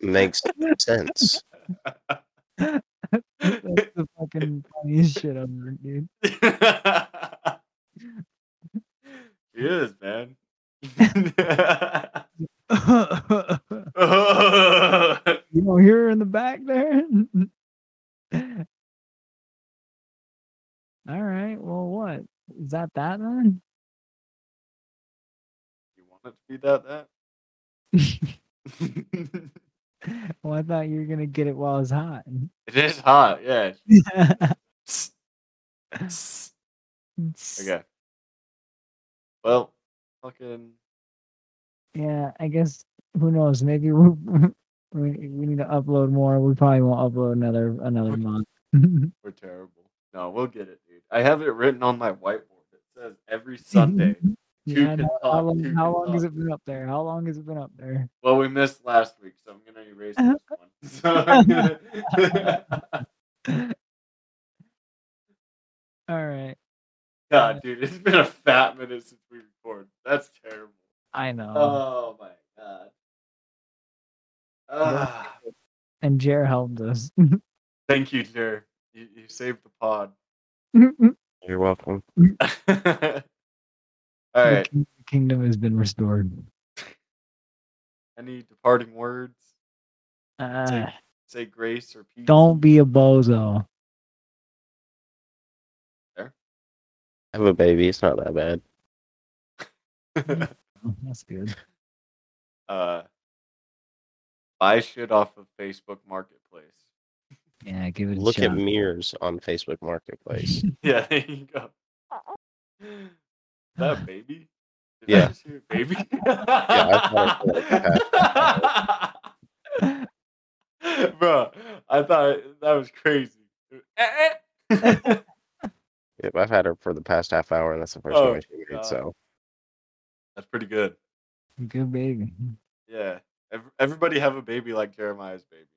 [SPEAKER 4] Makes sense.
[SPEAKER 2] That's the fucking funniest shit I've heard, dude.
[SPEAKER 3] she is, man.
[SPEAKER 2] you don't hear her in the back there? All right. Well, what? Is that that then?
[SPEAKER 3] You want it to be that that?
[SPEAKER 2] Well, I thought you were going to get it while it's hot.
[SPEAKER 3] it is hot, yeah. okay. Well, fucking
[SPEAKER 2] Yeah, I guess who knows? Maybe we we, we need to upload more. We probably won't upload another another month.
[SPEAKER 3] we're terrible. No, we'll get it, dude. I have it written on my whiteboard. It says every Sunday. Two
[SPEAKER 2] yeah, I
[SPEAKER 3] can
[SPEAKER 2] know.
[SPEAKER 3] talk,
[SPEAKER 2] how
[SPEAKER 3] two
[SPEAKER 2] long, how
[SPEAKER 3] can
[SPEAKER 2] long has
[SPEAKER 3] talk.
[SPEAKER 2] it been up there? How long has it been up there?
[SPEAKER 3] Well, we missed last week, so I'm gonna erase this one. So I'm gonna-
[SPEAKER 2] All right.
[SPEAKER 3] God, dude, it's been a fat minute since we recorded. That's terrible.
[SPEAKER 2] I know.
[SPEAKER 3] Oh my god. Ah,
[SPEAKER 2] and Jer helped us.
[SPEAKER 3] thank you, Jer. You, you saved the pod.
[SPEAKER 4] You're welcome.
[SPEAKER 3] All
[SPEAKER 2] The
[SPEAKER 3] right.
[SPEAKER 2] king- kingdom has been restored.
[SPEAKER 3] Any departing words?
[SPEAKER 2] Uh,
[SPEAKER 3] Say grace or peace.
[SPEAKER 2] don't be a bozo.
[SPEAKER 4] Have a baby. It's not that bad.
[SPEAKER 2] Oh, That's good.
[SPEAKER 3] uh, buy shit off of Facebook Marketplace.
[SPEAKER 2] Yeah, give it a
[SPEAKER 4] Look
[SPEAKER 2] shot.
[SPEAKER 4] at mirrors on Facebook Marketplace.
[SPEAKER 3] Yeah, there you go. Is that a baby? Did I
[SPEAKER 4] Yeah.
[SPEAKER 3] just hear baby?
[SPEAKER 4] I thought
[SPEAKER 3] Bro, I thought it- that was crazy. Eh, eh.
[SPEAKER 4] Yep, I've had her for the past half hour, and that's the first
[SPEAKER 3] Oh,
[SPEAKER 4] one she made.
[SPEAKER 3] God.
[SPEAKER 4] So
[SPEAKER 3] That's pretty good.
[SPEAKER 2] Good baby.
[SPEAKER 3] Yeah. Ev- Everybody have a baby like Jeremiah's baby.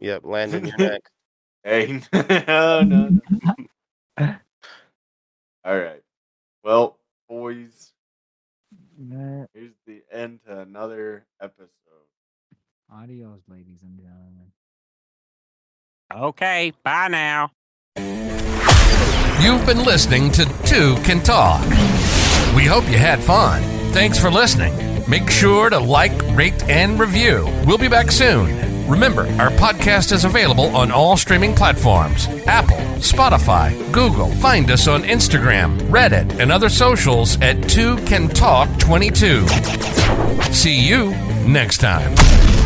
[SPEAKER 4] Yep, land in your neck.
[SPEAKER 3] Hey, no, Oh, no, no. All right. Well, boys,
[SPEAKER 2] Uh,
[SPEAKER 3] here's the end to another episode.
[SPEAKER 2] Adios, ladies and gentlemen.
[SPEAKER 5] Okay, bye now.
[SPEAKER 1] You've been listening to Two Can Talk. We hope you had fun. Thanks for listening. Make sure to like, rate, and review. We'll be back soon. Remember, our podcast is available on all streaming platforms Apple, Spotify, Google. Find us on Instagram, Reddit, and other socials at 2 Can Talk 22. See you next time.